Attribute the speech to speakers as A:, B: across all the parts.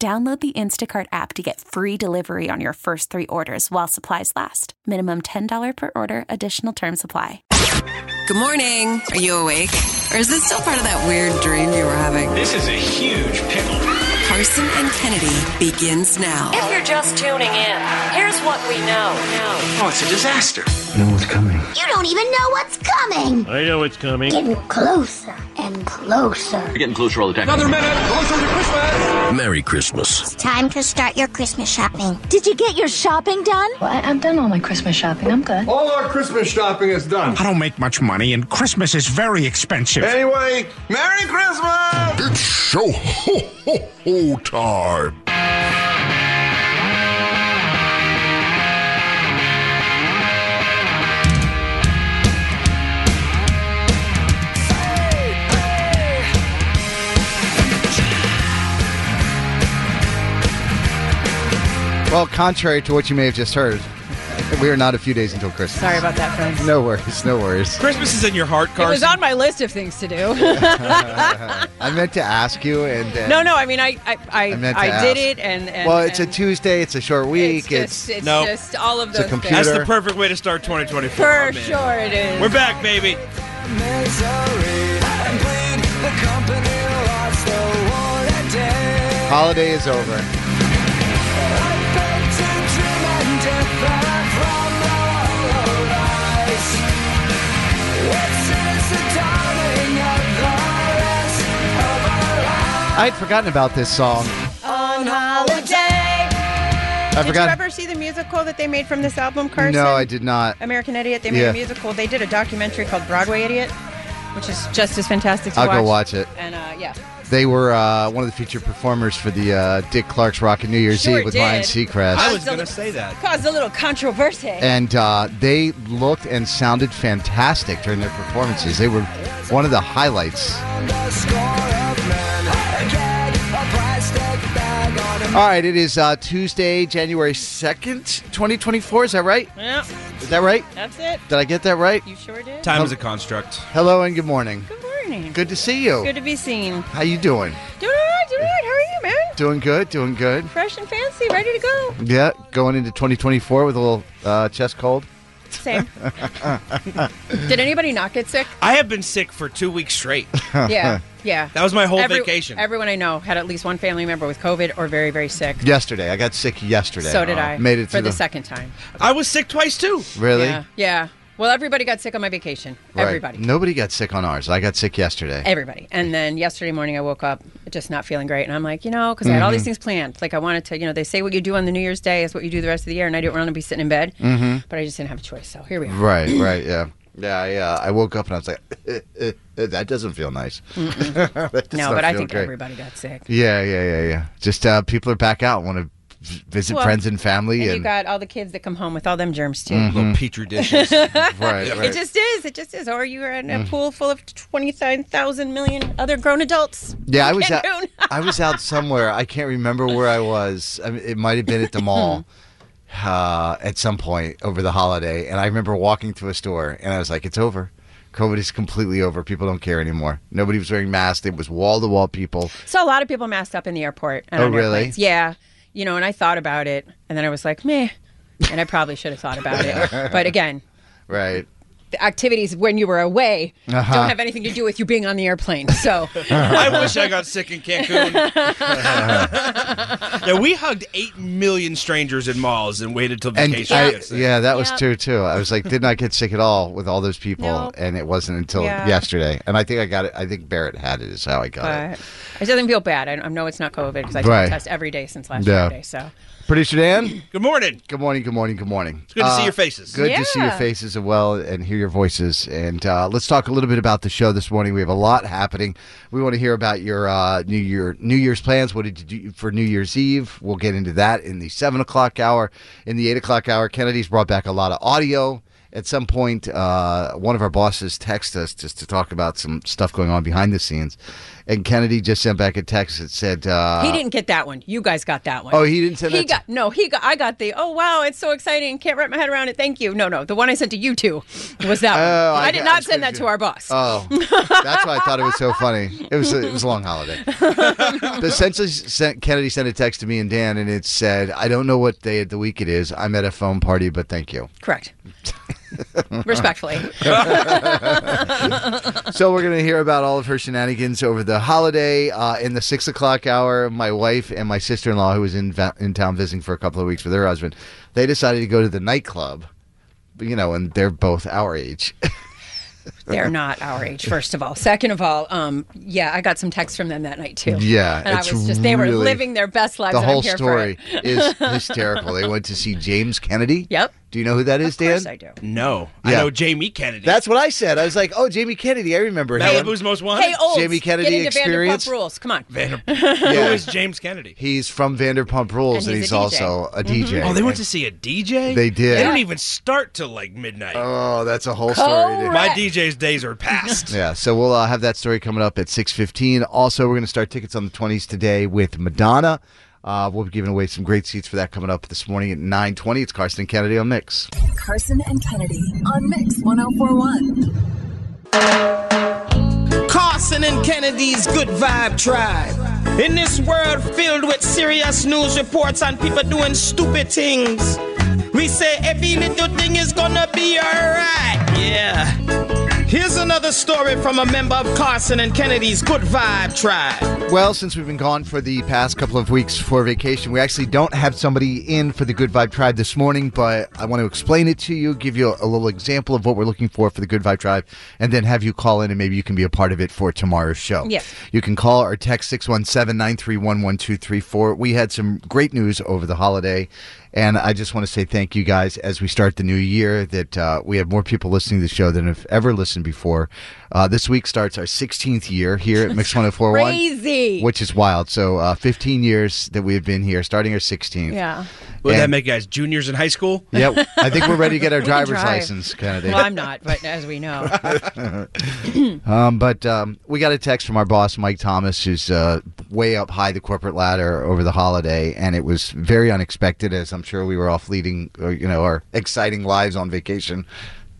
A: Download the Instacart app to get free delivery on your first three orders while supplies last. Minimum $10 per order, additional term supply.
B: Good morning. Are you awake? Or is this still part of that weird dream you were having?
C: This is a huge pickle.
B: Carson and Kennedy begins now.
D: If you're just tuning in, here's what we know. know.
C: Oh, it's a disaster.
E: know what's coming.
F: You don't even know what's coming.
G: I know it's coming.
F: Getting closer and closer.
H: We're getting closer all the time.
E: Merry Christmas.
F: It's time to start your Christmas shopping.
I: Did you get your shopping done?
J: What? I've done all my Christmas shopping. I'm good.
K: All our Christmas shopping is done.
L: I don't make much money, and Christmas is very expensive.
K: Anyway, Merry Christmas!
E: It's show ho ho ho time.
M: Well, contrary to what you may have just heard, we are not a few days until Christmas.
N: Sorry about that, friends.
M: No worries, no worries.
O: Christmas is in your heart,
N: It was
O: Carson.
N: on my list of things to do.
M: I meant to ask you, and, and
N: no, no. I mean, I, I, I,
M: I
N: I,
M: meant to
N: did
M: ask.
N: it, and, and
M: well, it's a
N: and
M: Tuesday. It's a short week.
N: It's just, it's
O: No.
N: just all of
M: It's a
N: those
M: computer.
N: things.
O: That's the perfect way to start 2024.
N: For
O: Oh, man.
N: sure, it is.
O: We're back, baby.
M: holiday is over. I had forgotten about this song.
N: on holiday.
M: I
P: Did you
M: forgot.
P: ever see the musical that they made from this album, Carson?
M: No, I did not.
P: American Idiot. They made
M: Yeah.
P: a musical. They did a documentary called Broadway Idiot, which is just as fantastic to
M: I'll
P: watch.
M: go watch it.
P: And uh, yeah,
M: They were uh, one of the featured performers for the uh, Dick Clark's Rockin' New Year's
N: Sure
M: Eve with Ryan
N: did.
M: Seacrest.
O: I was going to say that.
N: Caused a little controversy.
M: and uh, they looked and sounded fantastic during their performances. They were one of the highlights. All right, it is uh, Tuesday, January 2nd, 2024. Is that right?
P: yeah,
M: Is that right?
P: that's it.
M: Did I get that right?
P: You sure did.
O: Time is a construct.
M: Hello and good morning.
P: Good morning.
M: Good to see you.
P: Good to be seen.
M: How you doing?
P: Doing all right. Doing all right. How are you, man?
M: Doing good, doing good.
P: Fresh and fancy, ready to go.
M: Yeah, going into 2024 with a little uh, chest cold.
P: Same. did anybody not get sick?
O: I have been sick for two weeks straight.
P: yeah, yeah.
O: That was my whole
P: Every-
O: vacation.
P: Everyone I know had at least one family member with COVID or very, very sick.
M: Yesterday, I got sick yesterday.
P: So did I.
M: Made it
P: for
M: to
P: the, second time.
O: I was sick twice, too.
M: Really?
P: Yeah. Yeah. Well, everybody got sick on my vacation.
M: Right.
P: Everybody.
M: Nobody got sick on ours. I got sick yesterday.
P: Everybody. And then yesterday morning, I woke up just not feeling great. And I'm like, you know, because I had all
M: Mm-hmm.
P: these things planned. Like, I wanted to, you know, they say what you do on the New Year's Day is what you do the rest of the year. And I didn't want to be sitting in bed, but I just didn't have a choice. So here we are.
M: Mm-hmm. right, right, yeah. Yeah, I, uh, I woke up and I was like, Eh, that doesn't feel nice. That does
P: No,
M: not
P: but I
M: feel
P: think
M: great.
P: everybody got sick.
M: Yeah, yeah, yeah, yeah. Just uh, people are back out, want to visit
P: Well,
M: friends and
P: And
M: family. And, Mm-hmm.
P: you got all the kids that come home with all them germs, too.
O: Little petri dishes. I
M: right, right. Mm.
P: It just is. It just is. Or you are in a pool full of 29,000 million other grown adults.
M: yeah, I was
P: Can't
M: out,
P: do
M: I was out somewhere. I can't remember where I was. I mean, it might have been at the mall. Uh, at some point over the holiday, and I remember walking through a store, and I was like, "It's over, COVID is completely over. People don't care anymore. Nobody was wearing masks. It was wall to wall people.
P: So a lot of people masked up in the airport. And
M: Oh,
P: on
M: really?
P: airplanes. Yeah. You know, and I thought about it, and then I was like, meh. And I probably should have thought about it. But again,
M: Right?
P: the activities when you were away
M: Uh-huh.
P: don't have anything to do with you being on the airplane. So
O: I wish I got sick in Cancun. yeah, we hugged eight million strangers in malls and waited till
M: And
O: vacation.
M: I,
O: gets there.
M: yeah, that was
P: Yep.
M: true too. I was like, did not get sick at all with all those people, and it wasn't until
P: Yeah.
M: yesterday. And I think I got it. I think Barrett had it. Is how I got it.
P: but it doesn't feel bad. I, I know it's not COVID because I
M: Right.
P: took a test every day since last
M: Yeah.
P: Friday. So
M: Producer Dan.
O: Good morning.
M: Good morning. Good morning. Good morning. It's
O: good to see your faces.
M: Good to see your
P: Yeah.
M: faces as well and hear your voices. And uh, let's talk a little bit about the show this morning. We have a lot happening. We want to hear about your uh, New Year New Year's plans. What did you do for New Year's Eve? We'll get into that in the seven o'clock hour. In the eight o'clock hour, Kennedy's brought back a lot of audio. At some point, uh, one of our bosses texted us just to talk about some stuff going on behind the scenes, and Kennedy just sent back a text that said, uh,
P: he didn't get that one. You guys got that one.
M: Oh, he didn't send
P: He
M: that to-
P: got no. He got. I got the. Oh wow, it's so exciting. Can't wrap my head around it. Thank you. No, no. The one I sent to you two was that
M: Oh,
P: one.
M: I
P: I, did
M: got-
P: not send that to our boss.
M: Oh, that's why I thought it was so funny. It was it was a long holiday. but essentially, sent, Kennedy sent a text to me and Dan, and it said, "I don't know what day of the week it is. I'm at a phone party, but thank you."
P: Correct. Respectfully.
M: so we're gonna hear about all of her shenanigans over the holiday. Uh, in the six o'clock hour, my wife and my sister-in-law, who was in va- in town visiting for a couple of weeks with her husband, they decided to go to the nightclub. You know, and they're both our age.
P: They're not our age, first of all. Second of all, um, yeah, I got some texts from them that night too.
M: Yeah,
P: and I
M: it's
P: was just—they were
M: really-
P: living their best lives.
M: the
P: and I'm
M: whole
P: here for
M: story
P: it.
M: is hysterical. They went to see James Kennedy.
P: Yep.
M: Do you know who that is, Dan?
P: I do.
O: No, I
M: Yeah.
O: know Jamie Kennedy.
M: That's what I said. I was like, "Oh, Jamie Kennedy. I remember him.
O: Malibu's most wanted.
P: Hey, old
M: Jamie Kennedy
P: get into
M: experience?
P: Vanderpump Rules. Come on.
M: Yeah.
O: Who is James Kennedy?
M: He's from Vanderpump Rules, and
P: And
M: he's,
P: he's a Mm-hmm. DJ.
M: also a DJ.
O: Oh, they went to
M: And-
O: see a DJ.
M: They did.
O: They don't even start till like midnight.
M: Oh, that's a whole story. dude.
O: My DJ's days are past.
M: Yeah, so we'll uh, have that story coming up at 6.15. Also, we're going to start tickets on the 20s today with Madonna. Uh, we'll be giving away some great seats for that coming up this morning at 9.20. It's Carson Kennedy on Mix.
G: Carson and Kennedy on Mix 1041.
H: Carson and Kennedy's Good Vibe Tribe. In this world filled with serious news reports and people doing stupid things, we say every little thing is gonna be alright. Yeah. Here's another story from a member of Carson and Kennedy's Good Vibe Tribe.
M: Well, since we've been gone for the past couple of weeks for vacation, we actually don't have somebody in for the Good Vibe Tribe this morning, but I want to explain it to you, give you a little example of what we're looking for for the Good Vibe Tribe, and then have you call in and maybe you can be a part of it for tomorrow's show.
Q: Yes.
M: You can call or text 617 931 1234. We had some great news over the holiday, and I just want to say thank you guys as we start the new year that uh, we have more people listening to the show than have ever listened before. Uh, this week starts our 16th year here at Mix 1041.
P: Crazy.
M: Which is wild. So uh, 15 years that we have been here, starting our 16th.
P: Yeah.
O: Would that
M: And-
O: make guys juniors in high school?
M: Yep. I think we're ready to get our
P: We can
M: driver's
P: drive.
M: license, Kennedy.
P: Well, I'm not, but as we know,
M: um, but um, we got a text from our boss, Mike Thomas, who's uh, way up high the corporate ladder over the holiday, and it was very unexpected. As I'm sure we were off leading, uh, you know, our exciting lives on vacation,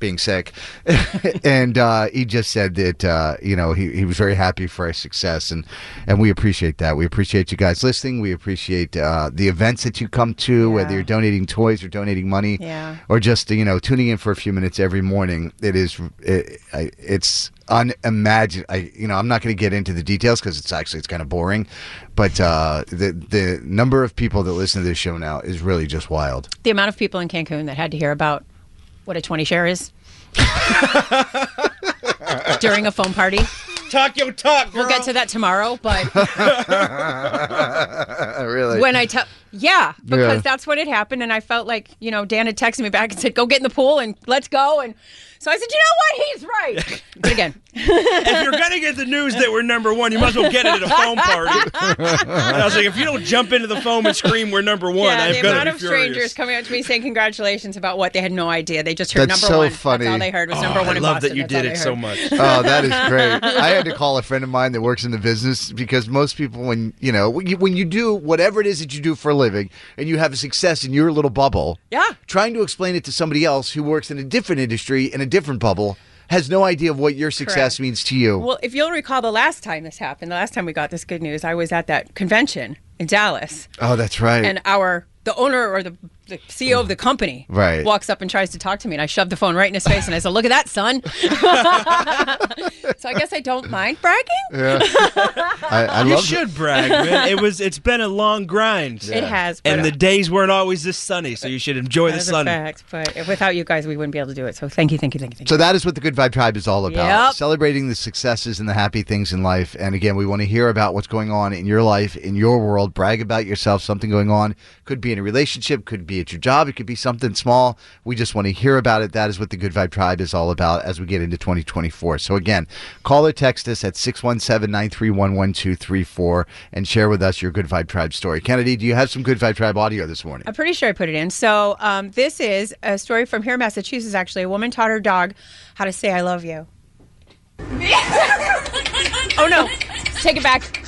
M: being sick, and uh, he just said that uh, you know he, he was very happy for our success, and and we appreciate that. We appreciate you guys listening. We appreciate uh, the events that you come to, whether you're donating toys or donating money,
P: Yeah.
M: or just you know tuning in for a few minutes every morning it is it, I, it's unimaginable i you know i'm not going to get into the details because it's actually it's kind of boring but uh the the number of people that listen to this show now is really just wild
P: the amount of people in Cancun that had to hear about what a 20 share is during a phone party.
O: Talk your talk.
P: We'll get to that tomorrow, but
M: really
P: when I tell, yeah, because
M: Yeah.
P: that's what had happened, and I felt like you know Dan had texted me back and said, "Go get in the pool and let's go," and so I said, "You know what? He's right." But again,
O: if you're gonna get the news that we're number one, you might as well get it at a foam party. And I was like, if you don't jump into the foam and scream we're number one,
P: yeah,
O: I'm
P: the
O: gonna
P: amount
O: be
P: of
O: furious.
P: strangers coming up to me saying congratulations about what they had no idea. They just heard
M: That's
P: number
M: so
P: one.
M: funny.
P: That's all they heard was
O: Oh,
P: number one.
O: I
P: in
O: love that
P: Boston.
O: you
P: That's all
O: did
P: they
O: it so
P: heard.
O: much.
M: oh that is great i had to call a friend of mine that works in the business because most people when you know when you, when you do whatever it is that you do for a living and you have a success in your little bubble
P: yeah
M: trying to explain it to somebody else who works in a different industry in a different bubble has no idea of what your success
P: Correct.
M: means to you
P: Well, if you'll recall the last time this happened, the last time we got this good news, I was at that convention in Dallas.
M: Oh, that's right.
P: And our the owner or the the CEO of the company
M: Right.
P: walks up and tries to talk to me, and I shoved the phone right in his face, and I said, "Look at that, son." so I guess I don't mind bragging.
M: Yeah. I, I
O: you
M: love
O: should brag, man. It was. It's been a long grind.
P: It has, but,
O: and
P: uh,
O: the days weren't always this sunny, so you should enjoy the
P: That's a
O: sun.
P: fact, but without you guys, we wouldn't be able to do it. So thank you, thank you, thank you, thank you.
M: So that is what the Good Vibe Tribe is all about.
P: Yep.
M: Celebrating the successes and the happy things in life. And again, we want to hear about what's going on in your life, in your world. Brag about yourself, something going on. Could be in a relationship, could be at your job, it could be something small. We just want to hear about it. That is what the Good Vibe Tribe is all about as we get into 2024. So again, call or text us at 617 931 1234 and share with us your Good Vibe Tribe story. Kennedy, do you have some Good Vibe Tribe audio this morning?
P: I'm pretty sure I put it in. So um, this is a story from here, Massachusetts. Actually, a woman taught her dog how to say "I love you." oh no, take it back.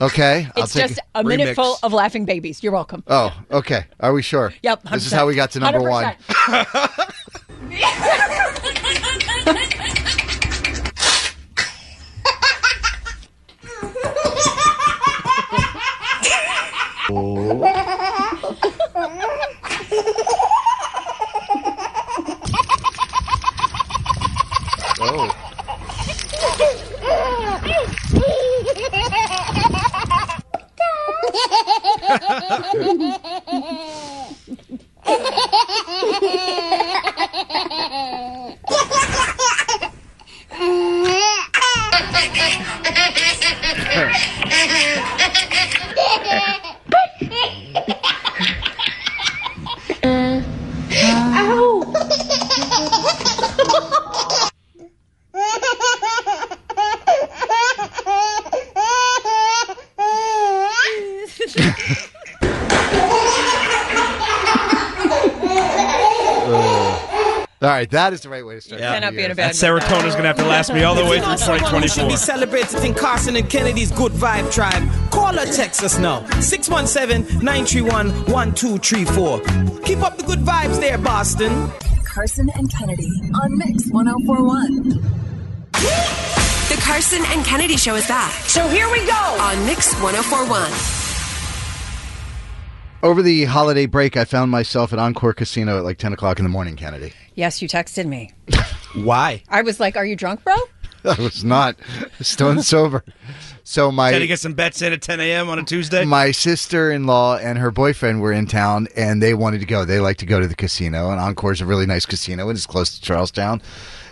M: Okay. I'll
P: It's
M: take
P: just
M: it.
P: a minute full of laughing babies. You're welcome.
M: Oh, okay. Are we sure?
P: Yep.
M: This is how we got to number one.
P: 100%.
M: Oh. All right, that is the right way to start.
O: Yeah.
M: the
O: Cannot be
M: year.
O: in a bad That mood. serotonin's gonna have to last me all the
Q: If
O: way
Q: you
O: through
Q: know someone who
O: 2024.
Q: should be celebrated in Carson and Kennedy's Good Vibe Tribe. Call or text us now. 617-931-1234. Keep up the good vibes there, Boston.
G: Carson and Kennedy on Mix 1041.
B: The Carson and Kennedy Show is back. So here we go on Mix 1041.
M: Over the holiday break, I found myself at Encore Casino at like 10 o'clock in the morning, Kennedy.
P: yes, you texted me.
M: Why?
P: I was like, "Are you drunk, bro?"
M: I was not stone sober. So my
O: Trying to get some bets in at 10 a.m. on a Tuesday.
M: my sister-in-law and her boyfriend were in town and they wanted to go they like to go to the casino and encore's a really nice casino and it's close to charlestown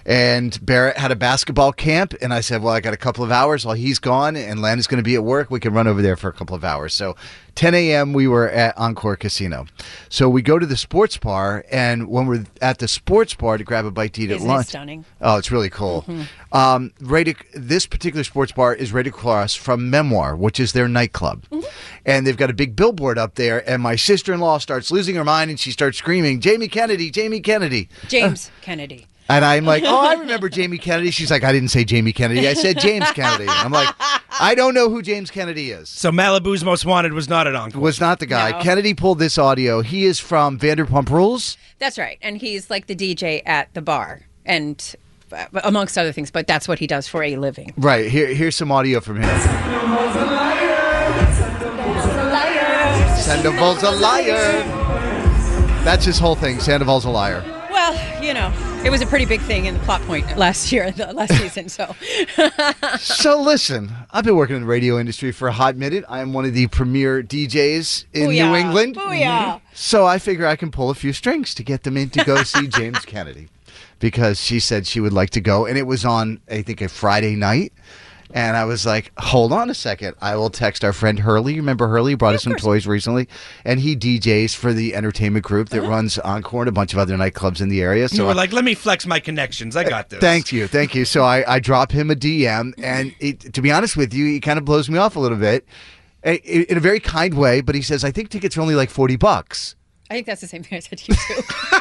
M: and barrett had a basketball camp and i said well i got a couple of hours while he's gone and len is going to be at work we can run over there for a couple of hours so 10 a.m we were at encore casino so we go to the sports bar and when we're at the sports bar to grab a bite to eat
P: Isn't
M: at
P: it
M: lunch
P: stunning?
M: Oh, it's really cool.
P: Mhm.
M: Um, right, ac- this particular sports bar is right across from Memoir, which is their nightclub, and they've got a big billboard up there. And my sister-in-law starts losing her mind, and she starts screaming, "Jamie Kennedy! Jamie Kennedy!"
P: James Kennedy.
M: And I'm like, "Oh, I remember Jamie Kennedy." She's like, "I didn't say Jamie Kennedy. I said James Kennedy." I'm like, "I don't know who James Kennedy is."
O: So Malibu's Most Wanted was not at Encore.
M: Was not the guy.
P: No.
M: Kennedy pulled this audio. He is from Vanderpump Rules.
P: That's right. And he's like the DJ at the bar and uh, amongst other things, but that's what he does for a living.
M: Right here. Here's some audio from him. Sandoval's a liar. That's his whole thing. Sandoval's a liar.
P: Well, you know, it was a pretty big thing in the plot point last year, the last season. So
M: so listen, I've been working in the radio industry for a hot minute. I am one of the premier DJs in New
P: Booyah.
M: England. Mm-hmm.
P: Booyah.
M: So I figure I can pull a few strings to get them in to go see James Kennedy because she said she would like to go and it was on I think a Friday night. And I was like, hold on a second. I will text our friend Hurley. Remember Hurley brought us some toys recently? And he DJs for the entertainment group
P: Uh-huh.
M: that runs Encore and a bunch of other nightclubs in the area. So
O: you were
M: I-
O: like, let me flex my connections. I got this.
M: Thank you, thank you. So I, I drop him a DM, and it, to be honest with you, he kind of blows me off a little bit, i- i- in a very kind way. But he says, "I think tickets are only like forty bucks."
P: I think that's the same thing I said to you too.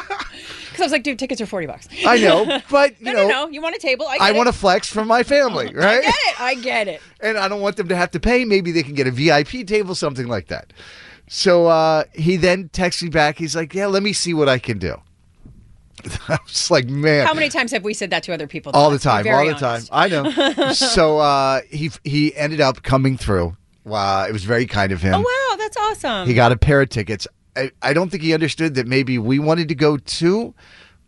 P: Because I was like, dude, tickets are 40 bucks.
M: I know, but, you
P: no,
M: know,
P: no, no. You want a table? I,
M: I want to flex for my family, right?
P: get it. I get it.
M: and I don't want them to have to pay. Maybe they can get a VIP table, something like that. So uh, he then texts me back. He's like, "Yeah, let me see what I can do." I was like, "Man,
P: How many times have we said that to other people?
M: all the
P: Let's be
M: time,
P: very
M: all the
P: honest.
M: time. I know. so uh, he he ended up coming through. Wow, it was very kind of him.
P: Oh, wow. That's awesome.
M: He got a pair of tickets. I, I don't think he understood that maybe we wanted to go too,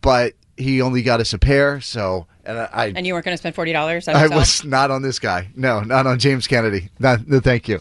M: but he only got us a pair. So, and I, I
P: and you weren't going to spend forty dollars on
M: I
P: yourself?
M: was not on this guy. No, not on James Kennedy. Not, no, thank you.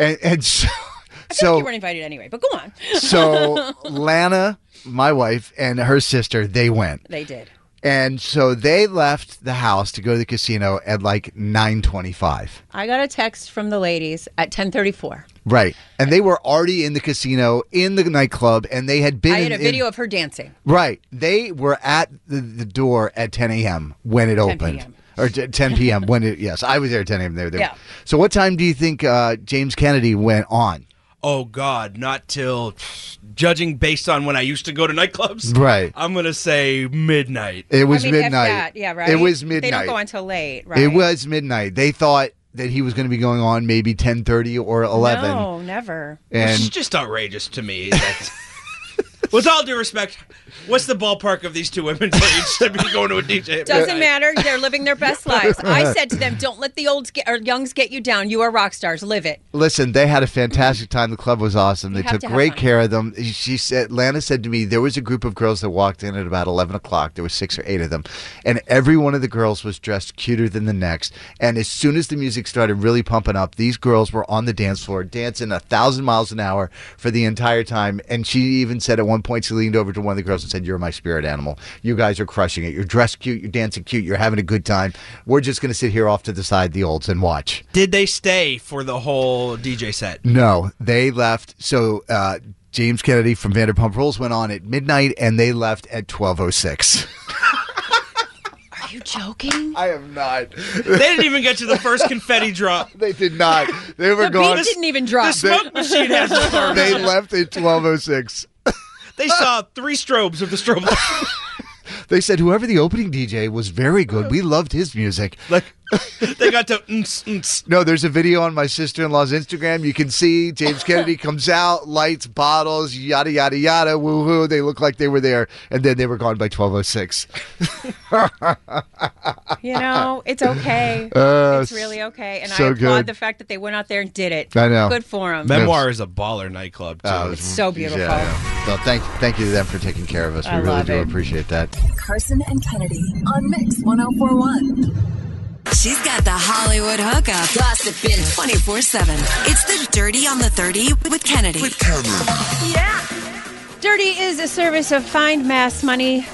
M: And, and so,
P: I feel like you
M: so,
P: weren't invited anyway, but go on.
M: so Lana, my wife, and her sister, they went.
P: they did.
M: And so they left the house to go to the casino at like 9:25.
P: I got a text from the ladies at ten thirty four.
M: Right. And they were already in the casino, in the nightclub, and they had been
P: I had
M: in-
P: a
M: in-
P: video of her dancing.
M: Right. They were at the, the door at 10 a.m. when it
P: 10
M: opened.
P: p.m..
M: Or t- 10 p.m. when it, yes, I was there at 10 a.m. They were there.
O: Yeah.
M: So, what time do you think uh, James Kennedy went on?
O: Oh God, not till judging based on when I used to go to nightclubs.
M: Right.
O: I'm gonna say midnight.
M: It was
P: I mean, if
M: midnight.
P: that, yeah, right.
M: It was
P: They don't
M: midnight.
P: go on till late, right?
M: It was midnight. They thought that he was going to be going on maybe 10:30 or 11.
P: No, never.
M: And-
O: Which is just outrageous to me. That, with all due respect, what's the ballpark of these two women for each to be going to a DJ? at
P: Doesn't
O: midnight?
P: matter. They're living their best lives. I said to them, "Don't let the olds get, or youngs get you down. You are rock stars. Live it."
M: Listen, they had a fantastic time. The club was awesome. They
P: have
M: took
P: to have
M: great
P: fun.
M: care of them. She said, Lana said to me, there was a group of girls that walked in at about 11 o'clock. There was six or eight of them. And every one of the girls was dressed cuter than the next. And as soon as the music started really pumping up, these girls were on the dance floor dancing a thousand miles an hour for the entire time. And she even said at one point, she leaned over to one of the girls and said, You're my spirit animal. You guys are crushing it. You're dressed cute. You're dancing cute. You're having a good time. We're just going to sit here off to the side, the olds, and watch.
O: Did they stay for the whole DJ set?
M: No, they left. So uh, James Kennedy from Vanderpump Rules went on at midnight, and they left at twelve oh six.
P: Are you joking?
M: I am not.
O: They didn't even get to the first confetti drop.
M: They did not. They were
P: The
M: gone.
P: beat didn't even drop.
O: The smoke machine hasn't started.
M: They left at twelve oh six.
O: They saw three strobes of the strobe. light.
M: They said whoever the opening DJ was very good. We loved his music.
O: they got to. mm mm
M: No, there's a video on my sister in law's Instagram. You can see James Kennedy comes out, lights, bottles, yada yada yada, woohoo. They look like they were there, and then they were gone by twelve oh six.
P: You know, it's okay.
M: Uh,
P: it's really okay. And
M: so
P: I applaud
M: good.
P: the fact that they went out there and did it.
M: I know.
P: Good for them.
O: Memoir is a baller nightclub. Too.
M: Oh,
P: It's so beautiful.
M: Yeah, yeah. Well, thank thank you to them for taking care of us. We
G: I
M: really
G: love
M: do
G: it.
M: appreciate that.
G: Carson and Kennedy on Mix 1041.
B: She's got the Hollywood hookup. Gossiping 24 7. It's the Dirty on the 30 with Kennedy. With Kennedy.
P: Yeah. Dirty is a service of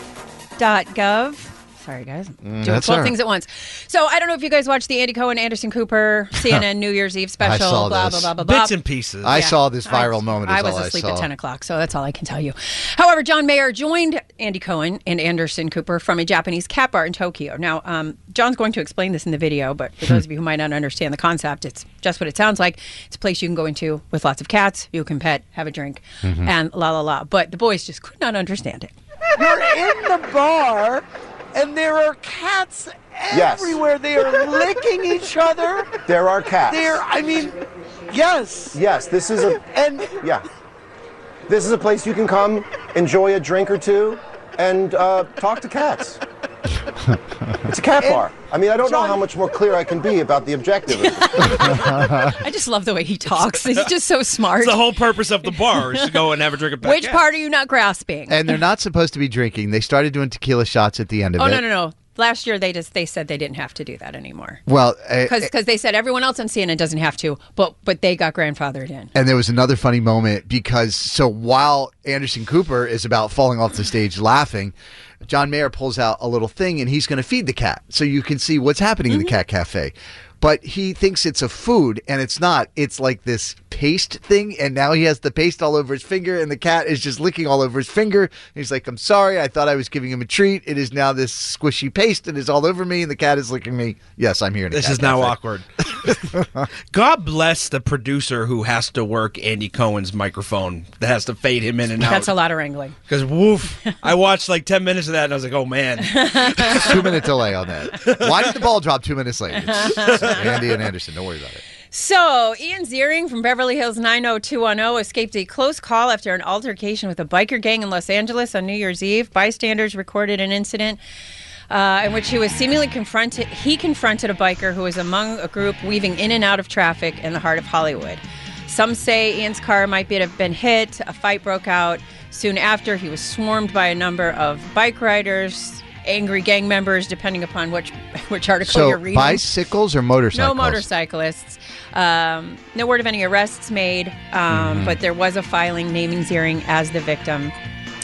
P: findmassmoney.gov. Sorry, guys. Doing
M: that's
P: 12
M: all right.
P: things at once. So I don't know if you guys watched the Andy Cohen, Anderson Cooper, CNN New Year's Eve special,
M: saw
P: blah,
M: this.
P: blah, blah, blah,
O: Bits
P: blah.
O: and pieces.
M: I saw this viral moment. Is
P: I was
M: all
P: asleep
M: I saw.
P: at 10 o'clock, so that's all I can tell you. However, John Mayer joined Andy Cohen and Anderson Cooper from a Japanese cat bar in Tokyo. Now, um, John's going to explain this in the video, but for those of you who might not understand the concept, it's just what it sounds like. It's a place you can go into with lots of cats, you can pet, have a drink,
O: Mm-hmm.
R: Mhm.
P: and la la la. But the boys just could not understand it.
R: You're in the bar, and there are cats
S: Yes.
R: everywhere. They are licking each other.
S: There are cats.
R: There, I mean, yes.
S: Yes, this is a and yeah. This is a place you can come, enjoy a drink or two, and uh, talk to cats. It's a cat bar. I mean, I don't know how much more clear I can be about the objective. of this.
P: I just love the way he talks. He's just so smart.
O: It's the whole purpose of the bar is to go and have a drink of pet
P: Which
O: cat.
P: part are you not grasping?
M: And they're not supposed to be drinking. They started doing tequila shots at the end of
P: oh
M: it.
P: no, no, no. Last year they just they said they didn't have to do that anymore.
M: Well, eh, I-
P: because they said everyone else on CNN doesn't have to, but but they got grandfathered in.
M: And there was another funny moment because so while Anderson Cooper is about falling off the stage laughing, John Mayer pulls out a little thing and he's going to feed the cat. So you can see what's happening in the cat cafe. But he thinks it's a food and it's not. It's like this paste thing. And now he has the paste all over his finger and the cat is just licking all over his finger. He's like, I'm sorry. I thought I was giving him a treat. It is now this squishy paste that is all over me and the cat is licking me. Yes, I'm here. In a
O: This
M: cat
O: is now
M: cafe.
O: awkward. God bless the producer who has to work Andy Cohen's microphone that has to fade him in and out.
P: That's a lot of wrangling.
O: Because woof, I watched like ten minutes of that and I was like, oh man.
M: two minute delay on that. Why did the ball drop two minutes late? It's Andy and Anderson, don't worry about it.
P: So Ian Ziering from Beverly Hills 90210 escaped a close call after an altercation with a biker gang in Los Angeles on New Year's Eve. Bystanders recorded an incident. Uh, in which he was seemingly confronted, he confronted a biker who was among a group weaving in and out of traffic in the heart of Hollywood. Some say Ian's car might be, have been hit. A fight broke out. Soon after, he was swarmed by a number of bike riders, angry gang members, depending upon which which article you're
M: So
P: reading.
M: bicycles or motorcycles?
P: No motorcyclists. Um, no word of any arrests made, um,
M: Mhm.
P: but there was a filing naming Ziering as the victim.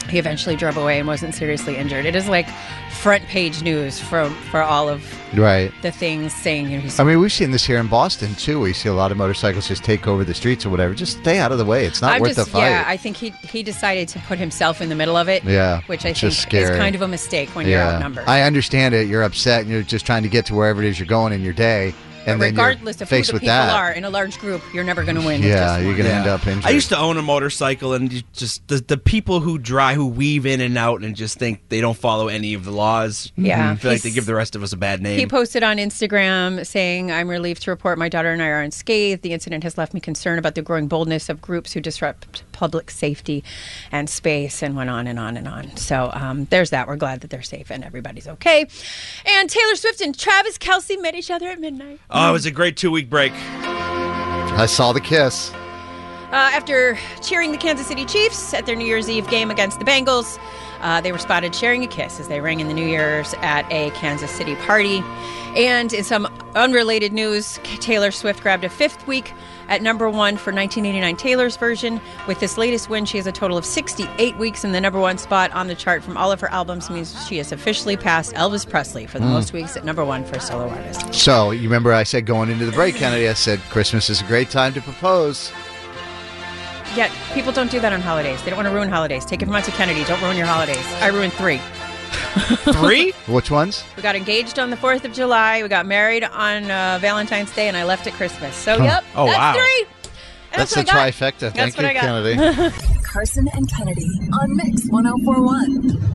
P: He eventually drove away and wasn't seriously injured. It is like front page news for for all of
M: Right.
P: the things saying you know, he's
M: I mean, we've seen this here in Boston too. We see a lot of motorcycles just take over the streets or whatever. Just stay out of the way. It's not
P: I'm
M: worth
P: just,
M: the fight.
P: Yeah, I think he he decided to put himself in the middle of it.
M: Yeah,
P: which I
M: it's
P: think
M: just scary.
P: is kind of a mistake when you're outnumbered.
M: I understand it. You're upset and you're just trying to get to wherever it is you're going in your day. And then
P: Regardless
M: you're
P: of who the
M: faced
P: people
M: with that.
P: are in a large group, you're never going to win. with
M: Yeah,
P: just
M: you're
P: one.
M: going to end up injured.
O: I used to own a motorcycle, and you just the, the people who drive, who weave in and out, and just think they don't follow any of the laws.
P: Yeah.
O: I feel like they
P: He's-
O: give the rest of us a bad name.
P: He posted on Instagram saying, I'm relieved to report my daughter and I are unscathed. The incident has left me concerned about the growing boldness of groups who disrupt public safety and space, and went on and on and on. So um, there's that. We're glad that they're safe and everybody's okay. And Taylor Swift and Travis Kelsey met each other at midnight.
O: oh, it was a great two week break.
M: I saw the kiss.
P: Uh, after cheering the Kansas City Chiefs at their New Year's Eve game against the Bengals, uh, they were spotted sharing a kiss as they rang in the New Year's at a Kansas City party. And in some unrelated news, Taylor Swift grabbed a fifth week at number one for 1989 Taylor's version. With this latest win, she has a total of 68 weeks in the number one spot on the chart from all of her albums, means she has officially passed Elvis Presley for the
M: Mm.
P: most weeks at number one for a solo artist.
M: So, you remember I said going into the break, Kennedy, I said Christmas is a great time to propose.
P: Yet people don't do that on holidays. They don't want to ruin holidays. Take it from Monty Kennedy. Don't ruin your holidays. I ruined three.
O: Three?
M: Which ones?
P: We got engaged on the 4th of July. We got married on uh, Valentine's Day, and I left at Christmas. So,
M: Huh.
P: yep.
M: Oh,
P: that's
M: wow.
P: three.
M: That's,
P: what
M: the
P: I got.
M: trifecta.
P: That's
M: Thank you,
P: what I got.
M: Kennedy.
G: Carson and Kennedy on Mix 1041.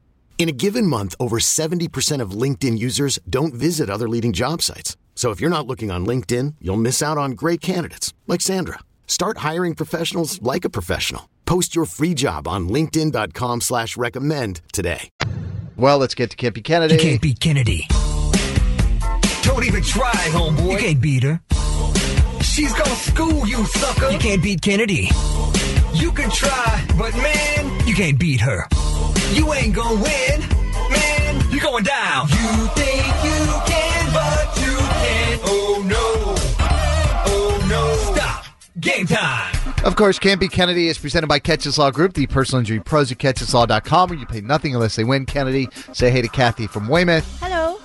T: In a given month, over 70% of LinkedIn users don't visit other leading job sites. So if you're not looking on LinkedIn, you'll miss out on great candidates like Sandra. Start hiring professionals like a professional. Post your free job on linkedin.com/recommend slash recommend today.
M: Well, let's get to Kippy Kennedy.
T: You can't
U: beat Kennedy. Don't even try, homeboy. You can't beat her. She's gonna school you, sucker. You can't beat Kennedy. You can try, but man, you can't beat her. You ain't gonna win, man. You're going down. You think you can, but you can't. Oh no. Oh no. Stop. Game time.
M: Of course, Campy Kennedy is presented by Catches Law Group, the personal injury pros at catcheslaw.com, where you pay nothing unless they win. Kennedy, say hey to Kathy from Weymouth.
P: Hello.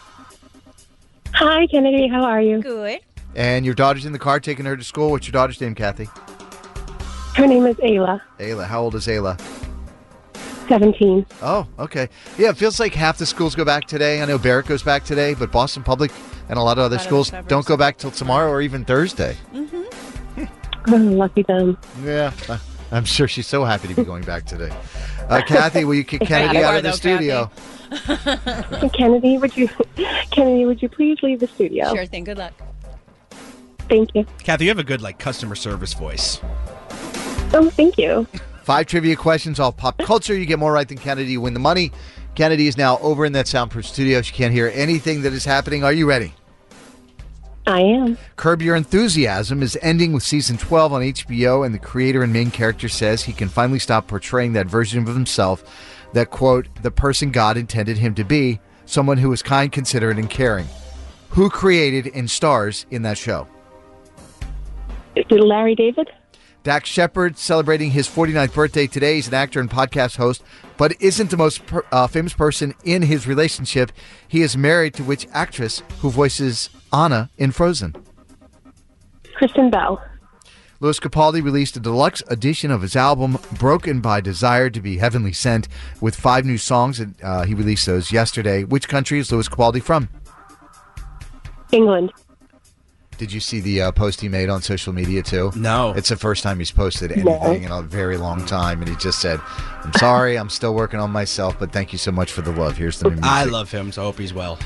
V: Hi, Kennedy. How are you?
P: Good.
M: And your daughter's in the car taking her to school. What's your daughter's name, Kathy?
V: Her name is Ayla,
M: Ayla. How old is Ayla?
V: 17.
M: Oh, okay. Yeah, it feels like half the schools go back today. I know Barrett goes back today, but Boston Public and a lot of
V: A lot of
M: other
V: the
M: schools
V: suburbs.
M: don't go back till tomorrow or even Thursday.
V: Oh, lucky them.
M: Yeah. I- I'm sure she's so happy to be going back today. Uh, Kathy, will you kick
V: Yeah,
M: Kennedy
V: you
M: out
V: are,
M: of the
V: though,
M: studio?
V: Kennedy, would you Kennedy, would you please leave the studio?
P: Sure thing. Good luck.
V: Thank you.
O: Kathy, you have a good like customer service voice.
V: Oh, thank you.
M: Five trivia questions, all pop culture. You get more right than Kennedy, you win the money. Kennedy is now over in that soundproof studio. She can't hear anything that is happening. Are you ready?
V: I am.
M: Curb Your Enthusiasm is ending with season 12 on HBO, and the creator and main character says he can finally stop portraying that version of himself that, quote, the person God intended him to be, someone who is kind, considerate, and caring. Who created and stars in that show?
V: Larry David?
M: Dax Shepard celebrating his 49th birthday today. He's an actor and podcast host, but isn't the most per, uh, famous person in his relationship. He is married to which actress who voices Anna in Frozen?
V: Kristen Bell.
M: Louis Capaldi released a deluxe edition of his album Broken by Desire to be Heavenly Sent with five new songs, and uh, he released those yesterday. Which country is Louis Capaldi from?
V: England.
M: Did you see the uh, post he made on social media too?
O: No.
M: It's the first time he's posted anything in a very long time, and he just said, "I'm sorry, I'm still working on myself, but thank you so much for the love." Here's the new music.
O: I love him, so I hope he's well.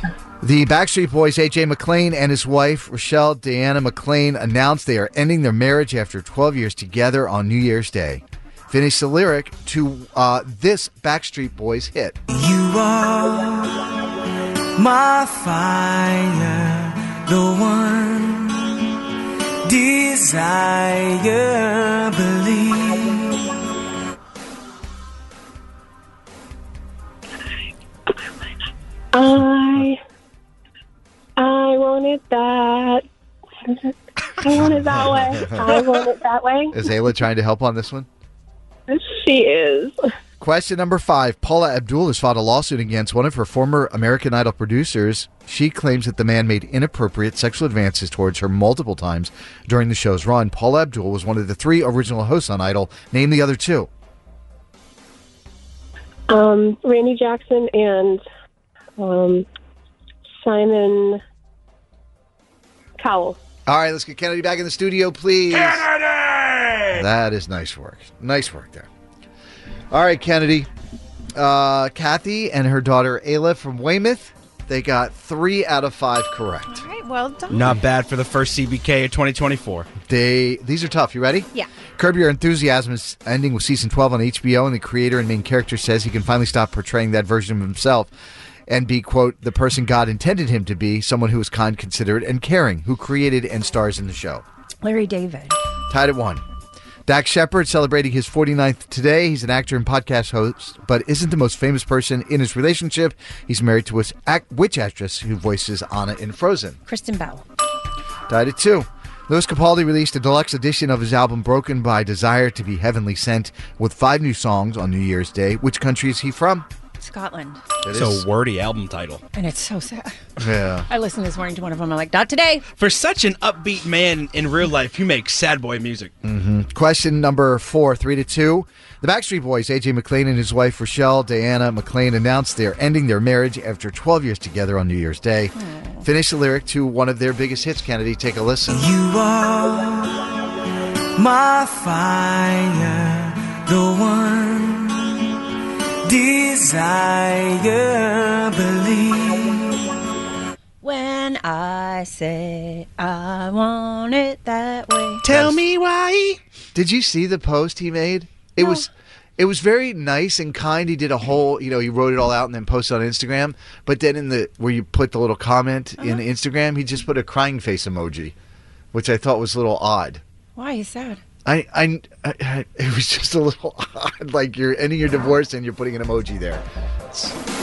M: The Backstreet Boys, AJ McLean and his wife, Rochelle Deanna McLean, announced they are ending their marriage after 12 years together on New Year's Day. Finish the lyric to uh, this Backstreet Boys hit.
U: You are my fire, the one desire, believe.
V: I I wanted that. What is it? I want it that way. I want it that way.
M: Is Ayla trying to help on this one?
V: She is.
M: Question number five. Paula Abdul has filed a lawsuit against one of her former American Idol producers. She claims that the man made inappropriate sexual advances towards her multiple times during the show's run. Paula Abdul was one of the three original hosts on Idol. Name the other two.
V: Um, Randy Jackson and um, Simon Cowell.
M: All right, let's get Kennedy back in the studio, please. Kennedy! That is nice work. Nice work there. All right, Kennedy. Uh, Kathy and her daughter Ayla from Weymouth, they got three out of five correct.
P: All right, well done.
O: Not bad for the first CBK of 2024.
M: They these are tough. You ready?
P: Yeah.
M: Curb Your Enthusiasm is ending with season 12 on HBO, and the creator and main character says he can finally stop portraying that version of himself and be, quote, the person God intended him to be, someone who is kind, considerate, and caring, who created and stars in the show.
P: Larry David.
M: Tied at one. Dax Shepard celebrating his 49th today. He's an actor and podcast host, but isn't the most famous person in his relationship. He's married to which, act, which actress who voices Anna in Frozen?
P: Kristen Bell.
M: Died at two. Louis Capaldi released a deluxe edition of his album Broken by Desire to be Heavenly Sent with five new songs on New Year's Day. Which country is he from?
P: Scotland.
O: It's a wordy album title.
P: And it's so sad.
M: Yeah.
P: I listened this morning to one of them. I'm like, not today.
O: For such an upbeat man in real life, you make sad boy music.
M: hmm Question number four, three to two. The Backstreet Boys, AJ McLean and his wife Rochelle Diana McLean, announced they are ending their marriage after 12 years together on New Year's Day. Finish the lyric to one of their biggest hits, Kennedy. Take a listen.
U: You are my fire, the one desire, believe.
P: When I say I want it that way.
M: Tell me why. Did you see the post he made? It was it was very nice and kind. He did a whole, you know, he wrote it all out and then posted on Instagram. But then in the where you put the little comment
P: Uh-huh.
M: in Instagram, he just put a crying face emoji, which I thought was a little odd.
P: Why is that?
M: I, I, I it was just a little odd. Like you're ending your divorce and you're putting an emoji there.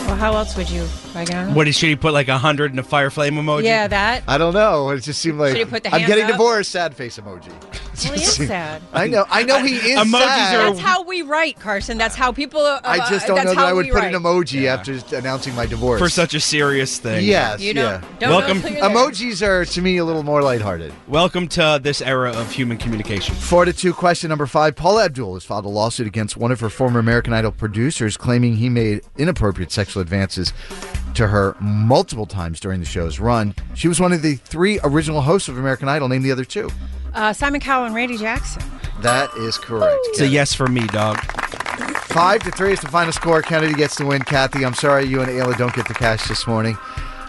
P: Well, how else would you? Like, I don't know.
O: What did she put like a hundred in a fire flame emoji?
P: Yeah, that.
M: I don't know. It just seemed like
P: Should you put the
M: I'm
P: hands
M: getting
P: up?
M: divorced. Sad face emoji.
P: Well, he is sad.
M: I know. I know he is.
O: Emojis
M: sad.
P: That's how we write, Carson. That's how people. Uh,
M: I just don't
P: that's
M: know that
P: how
M: I would
P: we
M: put
P: write.
M: an emoji after announcing my divorce.
O: For such a serious thing.
M: Yes.
P: You don't-
M: yeah.
P: don't know Welcome- till you're there.
M: Emojis are to me a little more lighthearted.
O: Welcome to this era of human communication.
M: Four to two. Question number five. Paula Abdul has filed a lawsuit against one of her former American Idol producers, claiming he made inappropriate sexual advances to her multiple times during the show's run. She was one of the three original hosts of American Idol. Name the other two.
P: Uh, Simon Cowell and Randy Jackson.
M: That is correct.
O: It's a yes for me, dog.
M: Five to three is the final score. Kennedy gets the win. Kathy, I'm sorry you and Ayla don't get the cash this morning,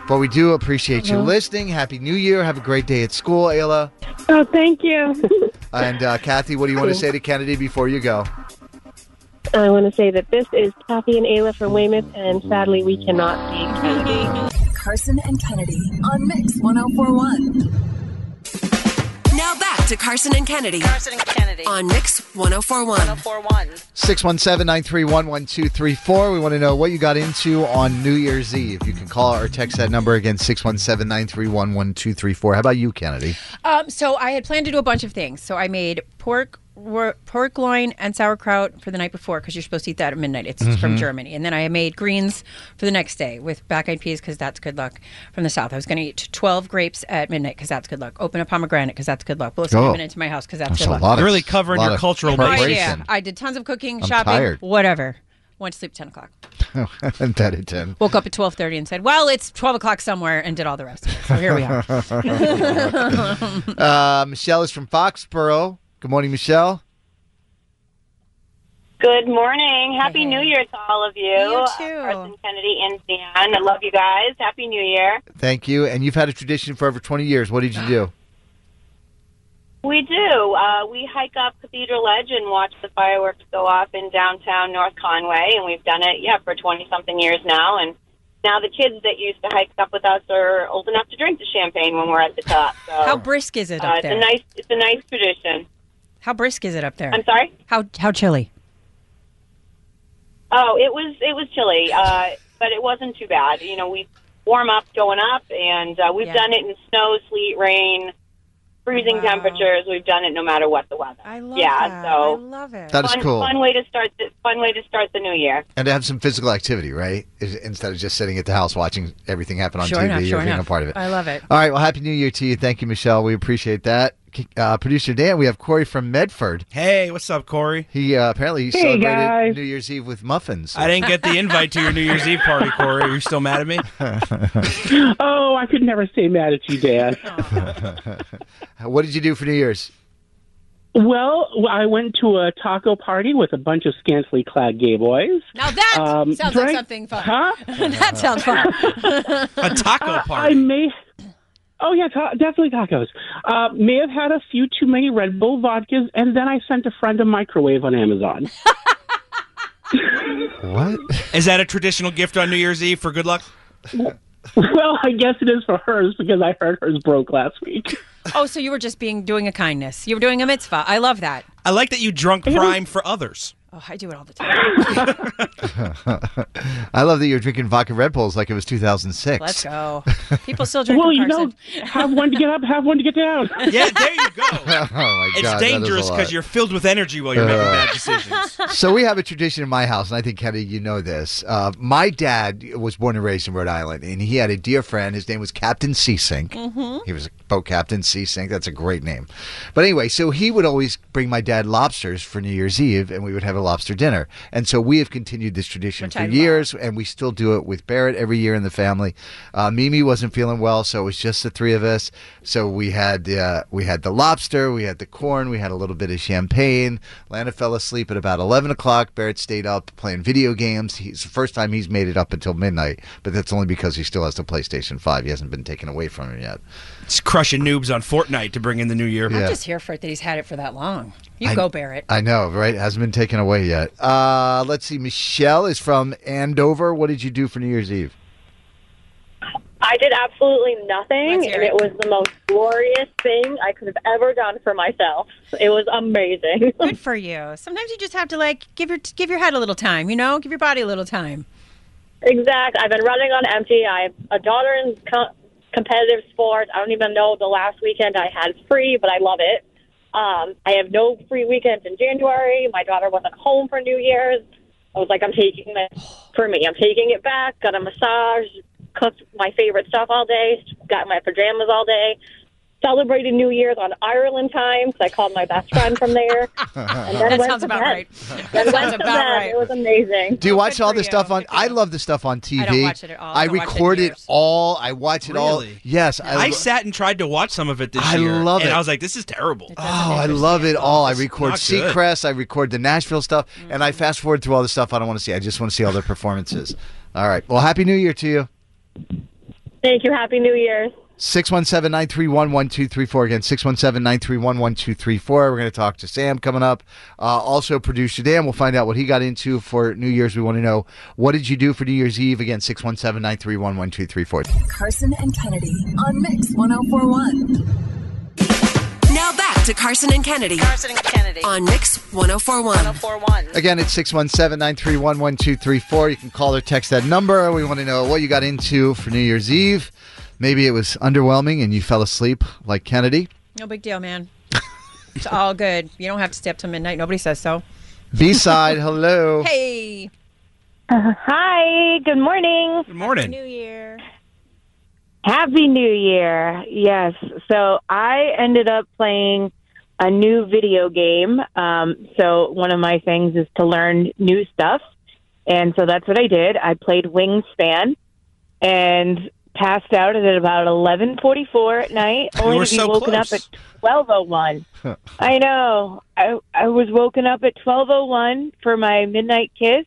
M: but we do appreciate you
V: Mhm.
M: listening. Happy New Year. Have a great day at school, Ayla.
V: Oh, thank you.
M: And uh, Kathy, what do you want to say to Kennedy before you go?
V: I want to say that this is Kathy and Ayla from Weymouth, and sadly, we cannot see Kennedy.
G: Carson and Kennedy on Mix 1041.
B: Now back to Carson and Kennedy. Carson and Kennedy. On Mix 1041. 1041.
M: 617-931-1234. We want to know what you got into on New Year's Eve. You can call or text that number again, 617-931-1234. How about you, Kennedy?
P: Um, so I had planned to do a bunch of things. So I made pork wor- pork loin and sauerkraut for the night before because you're supposed to eat that at midnight. It's
O: Mm-hmm.
P: from
C: Mhm.
P: Germany. And then I made greens for the next day with black eyed peas because that's good luck from the south. I was going to eat 12 grapes at midnight because that's good luck. Open a pomegranate because that's good luck. Melissa
M: Oh.
P: came into my house because that's,
M: That's
P: good
M: a
P: luck.
M: lot of-
O: You're really covering
M: lot
O: your
M: of
O: cultural
P: No
O: base.
P: idea. I did tons of cooking,
M: I'm
P: shopping,
M: tired.
P: whatever. Went to sleep at 10 o'clock.
M: I'm dead at 10.
P: Woke up at 12.30 and said, well, it's 12 o'clock somewhere and did all the rest of it.
D: Oh,
P: So here we are.
M: uh, Michelle is from Foxborough. Good morning, Michelle.
D: Good morning. Happy New Year to all of you.
P: You
D: too. Carson Kennedy and Dan. I love you guys. Happy New Year.
M: Thank you. And you've had a tradition for over 20 years. What did you do?
D: We do. Uh, we hike up Cathedral Edge and watch the fireworks go off in downtown North Conway, and we've done it, yeah, for 20 something years now. And now the kids that used to hike up with us are old enough to drink the champagne when we're at the top. So,
P: How brisk is it
D: uh,
P: up
D: it's
P: there?
D: a nice, it's a nice tradition.
P: How brisk is it up there?
D: I'm sorry.
P: How how chilly?
D: Oh, it was it was chilly, uh, but it wasn't too bad. You know, we warm up going up, and uh, we've
P: Yeah.
D: done it in snow, sleet, rain, freezing temperatures. We've done it no matter what the weather. I love yeah,
P: that.
D: so
P: I love it.
M: That is
D: fun,
M: cool.
D: Fun way to start the fun way to start the new year.
M: And to have some physical activity, right? Is- Instead of just sitting at the house watching everything happen on
D: Sure
M: TV
D: enough,
M: or
D: sure
M: being
D: enough.
M: a part of it.
D: I love it.
M: All right. Well, Happy New Year to you. Thank you, Michelle. We appreciate that. Uh, Producer Dan, we have Corey from Medford.
O: Hey, what's up, Corey?
M: He uh, apparently he
O: Hey,
M: celebrated
O: guys.
M: New Year's Eve with muffins.
O: I didn't get the invite to your New Year's Eve party, Corey. Are you still mad at me?
F: oh, I could never stay mad at you, Dan.
M: what did you do for New Year's?
F: Well, I went to a taco party with a bunch of scantily clad gay boys.
P: Now that
F: Um,
P: sounds like
F: drank-
P: something fun.
F: Huh?
P: that sounds fun.
O: a taco
F: party. I may. Oh yeah, ta- definitely tacos. Uh, may have had a few too many Red Bull vodkas, and then I sent a friend a microwave on Amazon.
M: What?
O: Is that a traditional gift on New Year's Eve for good luck?
F: well, I guess it is for hers because I heard hers broke last week.
P: oh, so you were just being doing a kindness. You were doing a mitzvah. I love that.
O: I like that you drunk prime for others.
P: Oh, I do it all the time.
M: I love that you're drinking vodka Red Bulls like it was 2006.
P: Let's go. People still drink.
F: Well,
P: from
F: you know,
P: Carson.
F: have one to get up, have one to get down.
O: Yeah, there you go. oh
M: my
O: It's
M: God, that is a
O: dangerous
M: lot.
O: because you're filled with energy while you're making
M: Uh.
O: bad decisions.
M: so we have a tradition in my house, and I think Kenny, you know this. Uh, my dad was born and raised in Rhode Island, and he had a dear friend. His name was Captain Seasink.
R: Mm-hmm.
I: Mhm.
M: He was a boat captain, Seasink. That's a great name. But anyway, so he would always bring my dad lobsters for New Year's Eve, and we would have a lobster dinner. And so we have continued this tradition
F: Which
M: for
F: I love.
M: years, and we still do it with Barrett every year in the family. Uh, Mimi wasn't feeling well, so it was just the three of us. So we had the uh, we had the lobster, we had the corn, we had a little bit of champagne. Lana fell asleep at about eleven o'clock. Barrett stayed up playing video games. He's the first time he's made it up until midnight, but that's only because he still has the PlayStation Five. He hasn't been taken away from him yet.
O: It's crushing noobs on Fortnite to bring in the new year.
P: I'm just here for it that he's had it for that long. You
M: I-
P: go, Barrett.
M: I know, right? Hasn't been taken away yet. Uh, let's see. Michelle is from Andover. What did you do for New Year's Eve?
W: I did absolutely nothing, and it was the most glorious thing I could have ever done for myself. It was amazing.
P: Good for you. Sometimes you just have to like give your give your head a little time. You know, give your body a little time.
W: exactly. I've been running on empty. I have a daughter in co- competitive sports. I don't even know the last weekend I had free, but I love it. Um, I have no free weekends in January. My daughter wasn't home for New Year's. I was like, I'm taking this for me. I'm taking it back. Got a massage, cooked my favorite stuff all day, got in my pajamas all day. Celebrated New Year's on Ireland time because I called my best friend from there. And then
P: That
W: went
P: sounds
W: to
P: about
W: bed.
P: right.
W: Then
P: That
W: went
P: sounds
W: to
P: about
W: bed.
P: right.
W: It was amazing.
M: Do you watch all this stuff on? I love this stuff on TV.
W: don't watch it at all.
M: I
W: I haven't watched it in
M: record it, all. I watch it all.
O: Really?
M: Yes,
O: I, sat and tried to watch some of it this
M: I
O: year.
M: love
O: and
M: it.
O: I was like, this is terrible.
M: Oh, I love it all. I record
O: "Oh, not good.
M: Seacrest. I record the Nashville stuff, and
W: Mm-hmm.
M: I fast forward through all the stuff I don't want to see. I just want to see all their performances. all right. Well, happy New Year to you.
W: Thank you. Happy New Year's.
M: 617 931 1234. Again, 617 931 1234. We're going to talk to Sam coming up. Uh, also, producer Dan, we'll find out what he got into for New Year's. We want to know what did you do for New Year's Eve? Again, 617 931 1234.
G: Carson and Kennedy on Mix 1041.
B: Now back to Carson and Kennedy. Carson and Kennedy. On Mix 1041. 1041.
M: Again, it's 617 931 1234. You can call or text that number. We want to know what you got into for New Year's Eve. Maybe it was underwhelming and you fell asleep like Kennedy.
P: No big deal, man. it's all good. You don't have to stay up till midnight. Nobody says so.
M: B side, hello.
P: Hey.
V: hi. Good morning.
O: Good morning.
V: New Year. Happy New Year. Yes. So I ended up playing a new video game. Um, so one of my things is to learn new stuff. And so that's what I did. I played Wingspan and passed out at about 11:44 at night You only were to be so woken close. up at 12:01. I know. I I was woken up at twelve oh one for my midnight kiss,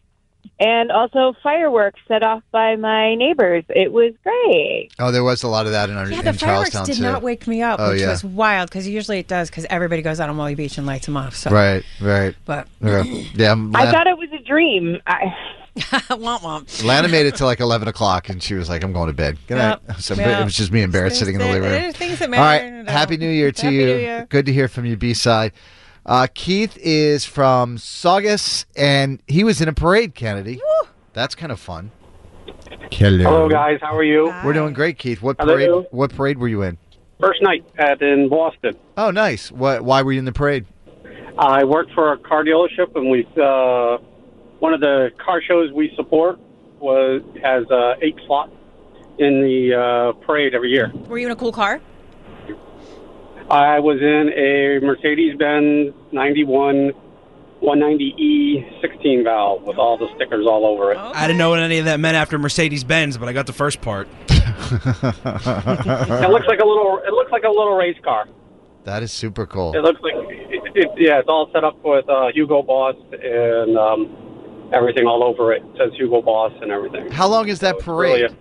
V: and also fireworks set off by my neighbors. It was great.
M: Oh, there was a lot of that in, our,
P: Yeah,
M: in
P: the fireworks
M: Charlestown
P: did
M: too.
P: not wake me up,
M: Oh,
P: which
M: yeah.
P: was wild because usually it does because everybody goes out on Molly Beach and lights them off. So
M: Right, right.
P: But-
M: yeah, yeah, Lana,
V: I thought it was a dream. I
P: womp womp.
M: Lana made it to like eleven o'clock, and she was like, "I'm going to bed." Good night.
P: Yep,
M: So
P: yep.
M: it was just me and Barrett
P: Things
M: sitting in the
P: that-
M: living room.
P: there's things that
M: All
P: matter,
M: right, happy New Year to
P: Happy
M: you.
P: New Year.
M: Good to hear from you, B side. Uh, Keith is from Saugus, and he was in a parade, Kennedy. That's kind of fun. Hello,
C: Hello, guys. How are you?
M: We're doing great, Keith. What
C: Hello.
M: parade? What parade were you in?
C: First night at, in Boston.
M: Oh, nice. What? Why were you in the parade?
C: I work for a car dealership, and we uh, one of the car shows we support was has uh, eight slots in the uh, parade every year.
P: Were you in a cool car?
C: I was in a Mercedes Benz 91 190E 16 E valve with all the stickers all over it.
O: I didn't know what any of that meant after Mercedes Benz, but I got the first part.
C: It looks like a little. It looks like a little race car.
M: That is super cool.
C: It looks like it, it, yeah, it's all set up with uh, Hugo Boss and um, everything all over it. It says Hugo Boss and everything.
M: How long is that parade?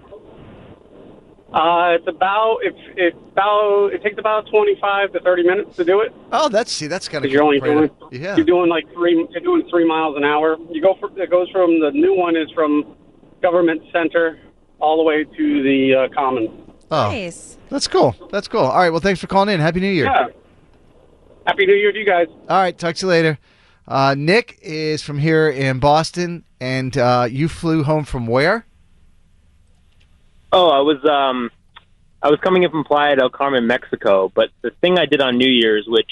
C: Uh, it's about if it about it takes about twenty five to thirty minutes to do it.
M: Oh, that's see, that's kind of
C: You're
M: cool.
C: only
M: parade.
C: doing you're doing like three you're doing three miles an hour. You go from it goes from the new one is from Government Center all the way to the uh, Common.
M: Oh,
C: Nice.
M: That's cool. That's cool. All right. Well, thanks for calling in. Happy New Year.
C: Yeah. Happy New Year to you guys.
M: All right. Talk to you later. Uh, Nick is from here in Boston, and uh, you flew home from where?
I: Oh, I was um, I was coming in from Playa del Carmen, Mexico. But the thing I did on New Year's, which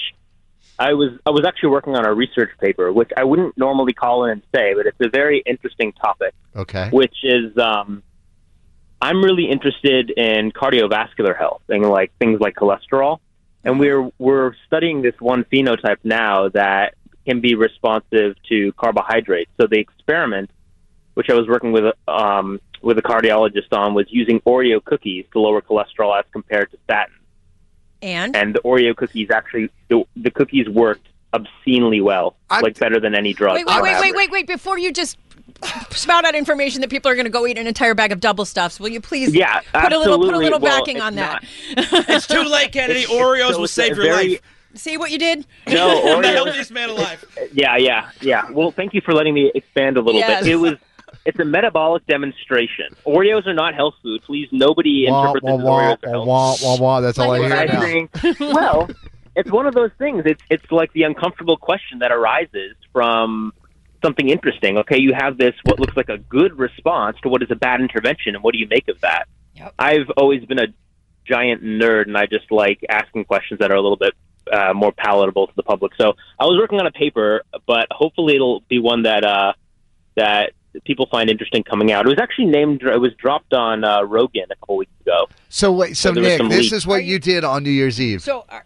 I: I was I was actually working on a research paper, which I wouldn't normally call in and say, but it's a very interesting topic,
M: Okay.
I: which is um, I'm really interested in cardiovascular health and like things like cholesterol, and we're we're studying this one phenotype now that can be responsive to carbohydrates. So the experiment which I was working with um, with a cardiologist on, was using Oreo cookies to lower cholesterol as compared to statins.
P: And
I: And the Oreo cookies actually, the, the cookies worked obscenely well, like better than any drug.
P: wait, wait,
I: on
P: wait, wait,
I: average.
P: wait, wait! Before you just spout out information that people are going to go eat an entire bag of double stuffs, will you please?
I: Yeah,
P: put a little put a
I: absolutely.
P: little
I: Well,
P: backing
I: it's
P: on that.
O: It's too late, Kennedy.
I: It's- it's
O: Oreos
I: so-
O: will save
I: it's
O: your
I: very-
O: life.
P: See what you did?
I: No,
O: I'm the
I: Oreos-
O: healthiest man alive.
I: Yeah, yeah, yeah. Well, thank you for letting me expand a little Yes. bit. It was. It's a metabolic demonstration. Oreos are not health food. Please, nobody
M: Wah,
I: interpret
M: wah,
I: this as
M: wah,
I: Oreos are
M: wah, wah, wah, wah. That's all I hear now.
I: think, well, it's one of those things. It's it's like the uncomfortable question that arises from something interesting. Okay, you have this what looks like a good response to what is a bad intervention, and what do you make of that? I've always been a giant nerd, and I just like asking questions that are a little bit uh, more palatable to the public. So I was working on a paper, but hopefully it'll be one that uh, that people find interesting coming out. It was actually named. It was dropped on uh, Rogan a couple weeks ago.
M: So wait, so,
I: So there was
M: Nick,
I: some
M: this
I: leak.
M: is what you, did on New Year's Eve.
P: So, are,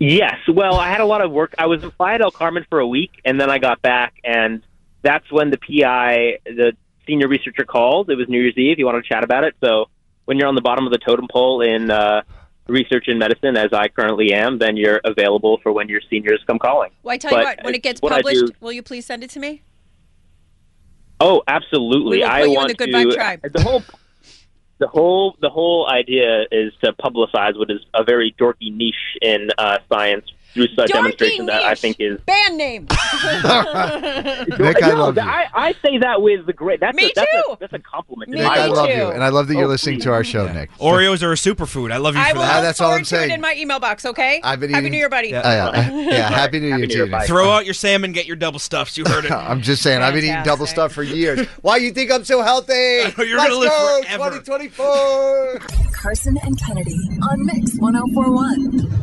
I: Yes. Well, I had a lot of work. I was in Playa del Carmen for a week, and then I got back, and that's when the PI, the senior researcher, called. It was New Year's Eve. He wanted to chat about it. So when you're on the bottom of the totem pole in uh, research and medicine, as I currently am, then you're available for when your seniors come calling.
P: well, I tell you
I: But
P: what, when it gets
I: what I do-
P: published, will you please send it to me?
I: oh,
P: We
I: absolutely.
P: will put
I: Oh, I
P: you in
I: want
P: the Good
I: to.
P: Vibe Tribe.
I: The whole the whole the whole idea is to publicize what is a very dorky niche in uh, science through such demonstration that I think is
P: Band name.
M: Nick, I love you.
I: I, I say that with the great. That's a, that's A, that's a compliment.
M: Nick, I love you, and I love that you're listening to our show, Nick.
O: Oreos are a superfood. I love you
P: I
O: for
P: will
O: that.
P: look forward to it in my email box. Okay.
O: I've been
P: Happy
O: eating-
P: New Year, buddy.
O: Yeah. Oh, yeah.
M: Yeah, happy New Year to you. Nick.
O: Throw out your salmon, get your double stuffs. You heard it.
M: I'm just saying, I've been eating double stuff for years. Why you think I'm so healthy?
O: You're
M: Let's
O: gonna live
M: go,
O: forever.
M: 2024.
G: Carson and Kennedy on Mix 1041.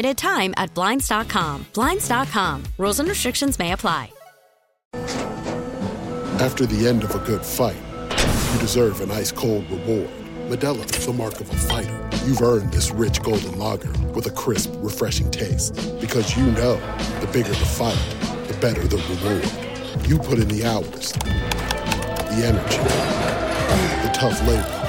X: time at Blinds.com. Blinds.com. Rules and restrictions may apply.
L: After the end of a good fight, you deserve an ice cold reward. Medella is the mark of a fighter. You've earned this rich golden lager with a crisp, refreshing taste. Because you know the bigger the fight, the better the reward. You put in the hours, the energy, the tough labor.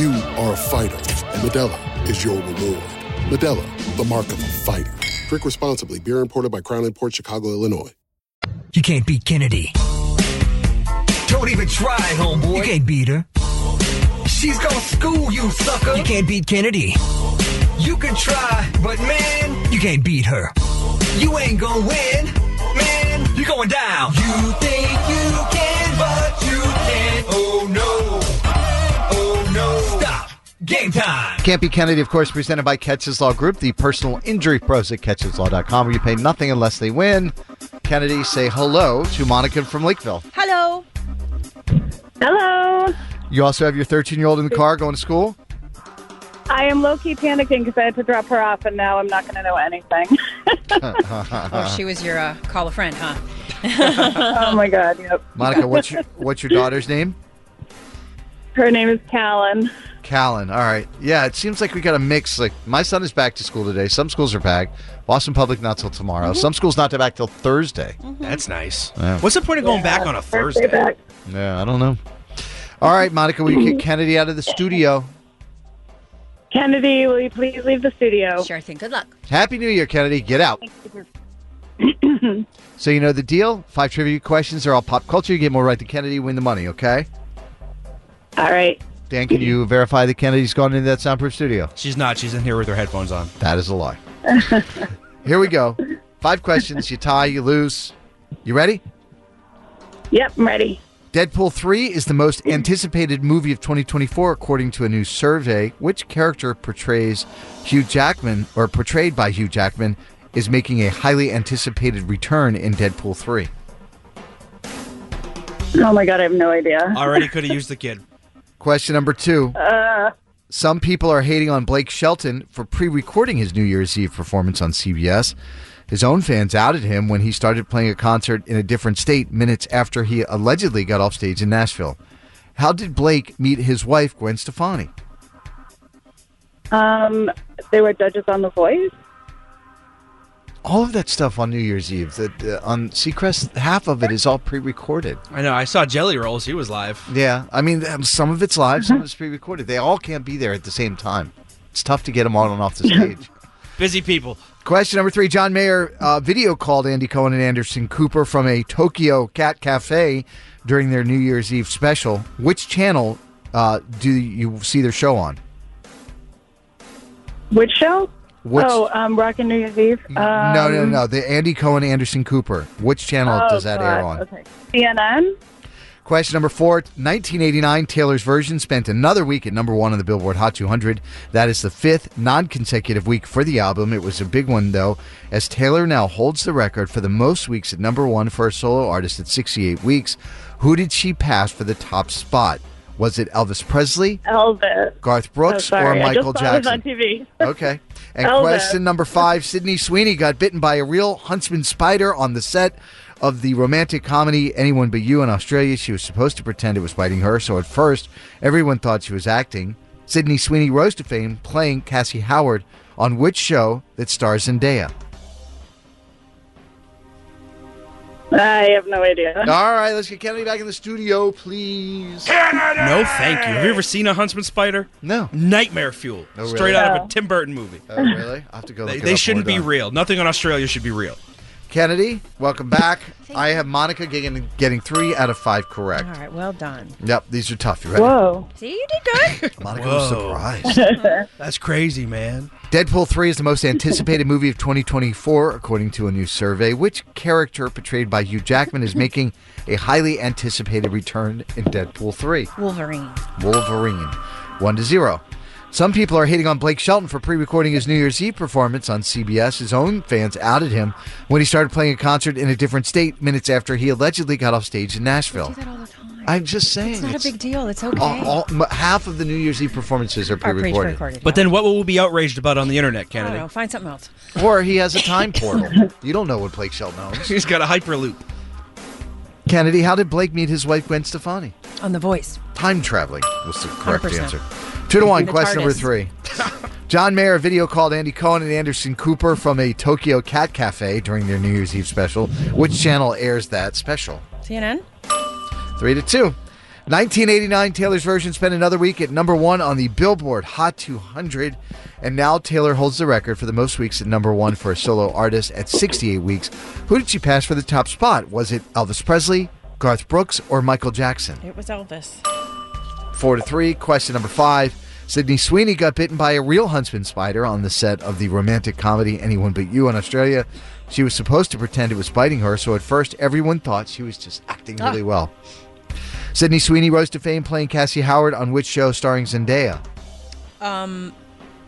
L: You are a fighter, and Medella is your reward. Medella, the mark of a fighter. Drink responsibly. Beer imported by Crown Port Chicago, Illinois.
U: You can't beat Kennedy. Don't even try, homeboy. You can't beat her. She's gonna school you, sucker. You can't beat Kennedy. You can try, but man, you can't beat her. You ain't gonna win, man. You're going down. You think you can, but you can't. Oh no. Oh no. Stop. Game time.
M: Can't be Kennedy, of course, presented by Ketch's Law Group, the personal injury pros at KetchesLaw.com, where you pay nothing unless they win. Kennedy, say hello to Monica from Lakeville.
P: Hello.
V: Hello.
M: You also have your 13 year old in the car going to school.
V: I am low key panicking because I had to drop her off, and now I'm not going to know anything.
M: Uh-huh.
P: Oh, she was your uh, call a friend, huh?
V: oh my god! Yep.
M: Monica, what's your what's your daughter's name?
V: Her name is Callan.
M: Callan. All right. Yeah, it seems like we got a mix. Like my son is back to school today. Some schools are back. Boston Public not till tomorrow.
P: Mm-hmm.
M: Some schools not back till Thursday.
O: That's nice.
M: Yeah.
O: What's the point of going
V: Yeah,
O: back on a
V: Thursday
O: Thursday?
V: back.
P: Mm-hmm.
M: Yeah, I don't know. All right, Monica, will you kick Kennedy out of the studio?
V: Kennedy, will you please leave the studio?
P: Sure thing. Good luck.
M: Happy New Year, Kennedy. Get out. So you know the deal. Five trivia questions. They're all pop culture. You get more right than Kennedy, win the money. Okay.
V: All right.
M: Dan, can you verify that Kennedy's gone into that soundproof studio?
O: She's not. She's in here with her headphones on.
M: That is a lie. Here we go. Five questions. You tie. You lose. You ready?
V: Yep, I'm ready.
M: Deadpool 3 is the most anticipated movie of 2024, according to a new survey. Which character portrays Hugh Jackman, or portrayed by Hugh Jackman, is making a highly anticipated return in Deadpool 3?
V: Oh my god, I have no idea.
O: Already could have used the kid.
M: Question number two.
V: Uh,
M: Some people are hating on Blake Shelton for pre recording his New Year's Eve performance on CBS. His own fans outed him when he started playing a concert in a different state minutes after he allegedly got off stage in Nashville. How did Blake meet his wife, Gwen Stefani?
V: um, they were judges on The Voice.
M: all of that stuff on New Year's Eve. That uh, on Seacrest, half of it is all pre-recorded.
O: I know. I saw Jelly Rolls. He was live.
M: Yeah, I mean, um, some Mm-hmm. of it's live, some of it's pre-recorded. They all can't be there at the same time. It's tough to get them all on and off the stage.
O: Busy people.
M: Question number three John Mayer uh, video called Andy Cohen and Anderson Cooper from a Tokyo Cat Cafe during their New Year's Eve special. Which channel uh, do you see their show on?
H: Which show?
M: What's-
H: oh, um, Rockin' New Year's Eve. Um,
M: no, no, no. The Andy Cohen Anderson Cooper. Which channel
H: oh,
M: does that air
H: God,
M: on?
H: Okay. CNN.
M: Question number four 1989, Taylor's version spent another week at number one on the Billboard Hot 200. That is the fifth non consecutive week for the album. It was a big one, though, as Taylor now holds the record for the most weeks at number one for a solo artist at 68 weeks. Who did she pass for the top spot? Was it Elvis Presley,
H: Elvis.
M: Garth
H: Oh,
M: Brooks, or
H: sorry. I
M: Michael
H: just saw this
M: Jackson?
H: on TV.
M: Okay. And
H: Elvis.
M: question number five Sydney Sweeney got bitten by a real huntsman spider on the set of the romantic comedy Anyone But You in Australia. She was supposed to pretend it was biting her, so at first, everyone thought she was acting. Sydney Sweeney rose to fame playing Cassie Howard on which show that stars Zendaya?
H: I have no idea.
M: All right, let's get Kennedy back in the studio, please.
O: No, thank you. Have you ever seen a huntsman spider?
M: No. Oh,
O: Nightmare fuel.
M: really?
O: Straight out of
M: No.
O: a Tim Burton movie.
M: Oh, really? I have to go.
O: They,
M: look it
O: they
M: up
O: shouldn't
M: when
O: be
M: we're
O: real.
M: done.
O: Nothing on Australia should be real.
M: Kennedy, welcome back. I have Monica getting, getting three out of five correct.
P: All right, well done.
M: Yep, these are tough. You ready?
P: See, you did good.
M: Monica was surprised.
O: That's crazy, man.
M: Deadpool 3 is the most anticipated movie of 2024, according to a new survey. Which character portrayed by Hugh Jackman is making a highly anticipated return in Deadpool 3?
P: Wolverine.
M: Wolverine. 1 to 0. Some people are hating on Blake Shelton for pre recording his New Year's Eve performance on CBS. His own fans outed him when he started playing a concert in a different state minutes after he allegedly got off stage in Nashville. I'm just saying.
P: It's not a big deal. It's okay.
M: all, all, m- half of the New Year's Eve performances are pre recorded.
P: pre-recorded,
O: But then what will we be outraged about on the internet,
P: I don't know.
O: Kennedy?
P: Find something else.
M: Or he has a time portal. You don't know what Blake Shelton owns.
O: He's got a hyperloop.
M: Kennedy, how did Blake meet his wife Gwen Stefani?
P: On The Voice.
M: Time traveling was the correct
P: 100%.
M: answer. Two to one.
P: The
M: question number
P: TARDIS.
M: three. John Mayer video called Andy Cohen and Anderson Cooper from a Tokyo Cat Cafe during their New Year's Eve special. Which channel airs that special?
P: CNN.
M: Three to two. 1989, Taylor's version spent another week at number one on the Billboard Hot 200, and now Taylor holds the record for the most weeks at number one for a solo artist at 68 weeks. Who did she pass for the top spot? Was it Elvis Presley, Garth Brooks, or Michael Jackson?
P: It was Elvis.
M: Four to three. Question number five. Sydney Sweeney got bitten by a real huntsman spider on the set of the romantic comedy Anyone But You in Australia. She was supposed to pretend it was biting her, so at first everyone thought she was just acting really
P: Ah.
M: well. Sydney Sweeney rose to fame playing Cassie Howard on which show starring Zendaya?
P: Um,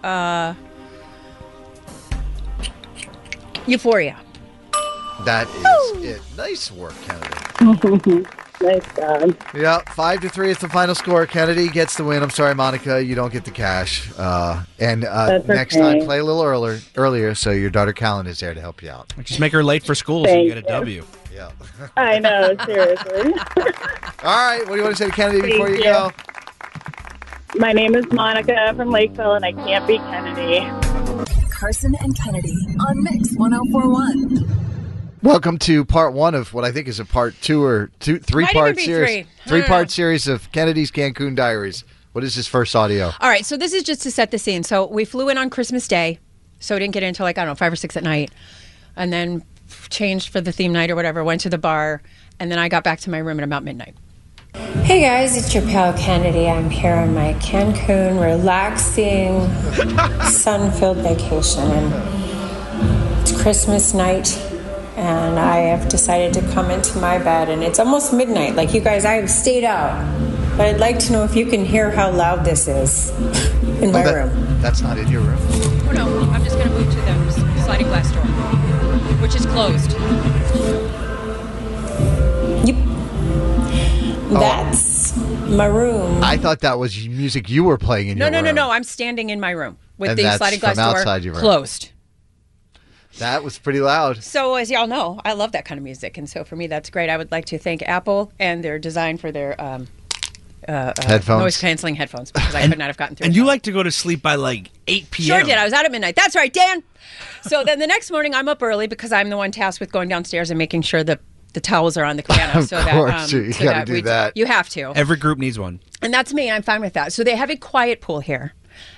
P: uh, Euphoria.
M: That
H: Oh.
M: is it. Nice work,
H: Kennedy. nice job.
M: Yeah, five to three is the final score. Kennedy gets the win. I'm sorry, Monica, you don't get the cash. Uh, and uh,
H: That's
M: next
H: okay.
M: time, play a little earlier, earlier, so your daughter Callan is there to help you out.
O: Just make her late for school so you get a
H: Thank
O: W.
M: Yeah.
H: I know, seriously.
M: All right, what do you want to say to Kennedy before you,
H: Thank
M: go?
H: My name is Monica from Lakeville, and I can't be Kennedy.
G: Carson and Kennedy on Mix 1041.
M: Welcome to part one of what I think is a part two or two, three
P: Might
M: part
P: even be
M: series,
P: three. I don't
M: three
P: know.
M: part series of Kennedy's Cancun Diaries. What is his first audio?
P: All right, so this is just to set the scene. So we flew in on Christmas Day, so we didn't get in until like I don't know five or six at night, and then changed for the theme night or whatever. Went to the bar, and then I got back to my room at about midnight.
N: Hey guys, it's your pal Kennedy. I'm here on my Cancun relaxing, sun filled vacation. And it's Christmas night, and I have decided to come into my bed, and it's almost midnight. Like you guys, I have stayed out, but I'd like to know if you can hear how loud this is in my room.
M: That's not in your room.
P: Oh no, I'm just gonna move to the sliding glass door, which is closed.
N: That's my room.
M: Oh. I thought that was music you were playing in
P: No,
M: your
P: no,
M: room.
P: no, no. I'm standing in my room with
M: And
P: the
M: that's
P: sliding glass
M: from
P: door
M: outside your room.
P: closed.
M: That was pretty loud.
P: So, as y'all know, I love that kind of music, and so for me, that's great. I would like to thank Apple and their design for their um, uh, uh,
O: Headphones.
P: noise canceling headphones because I could not have gotten through.
O: And you like to go to sleep by like 8 p.m.
P: Sure did. I was out at midnight. That's right, Dan. So then the next morning, I'm up early because I'm the one tasked with going downstairs and making sure the the towels are on the piano.
O: Of
P: so that, um,
O: course, you
P: so
O: gotta
P: that
O: do
P: we-
O: that.
P: You have to.
O: Every group needs one.
P: And that's me. I'm fine with that. So they have a quiet pool here.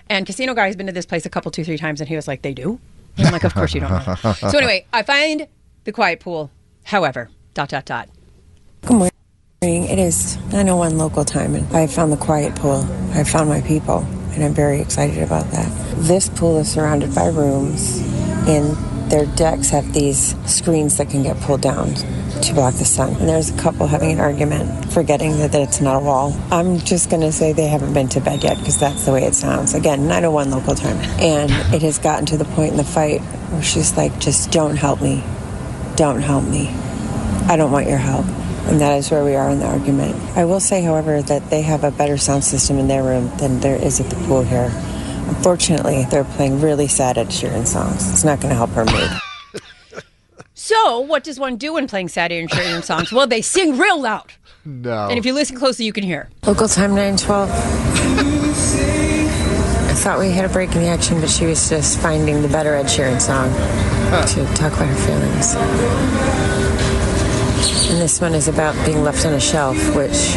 P: And Casino Guy has been to this place a couple, two, three times, and he was like, they do? I'm like, of course you don't. know. So
M: so
P: anyway, I find the quiet pool. However, dot dot dot.
N: Good morning. It is 901 local time, and I found the quiet pool. I found my people, and I'm very excited about that. This pool is surrounded by rooms, and their decks have these screens that can get pulled down to block the sun. And there's a couple having an argument, forgetting that, that it's not a wall. I'm just going to say they haven't been to bed yet because that's the way it sounds. Again, 901 local time. And it has gotten to the point in the fight where she's like, just don't help me. Don't help me. I don't want your help. And that is where we are in the argument. I will say, however, that they have a better sound system in their room than there is at the pool here. Unfortunately, they're playing really sad Ed Sheeran songs. It's not going to help her mood.
P: So what does one do when playing Saturday and Sheeran songs? Well, they sing real loud,
M: No.
P: and if you listen closely, you can hear.
N: Local time 912. I thought we had a break in the action, but she was just finding the better Ed Sheeran song to talk about her feelings. And this one is about being left on a shelf, which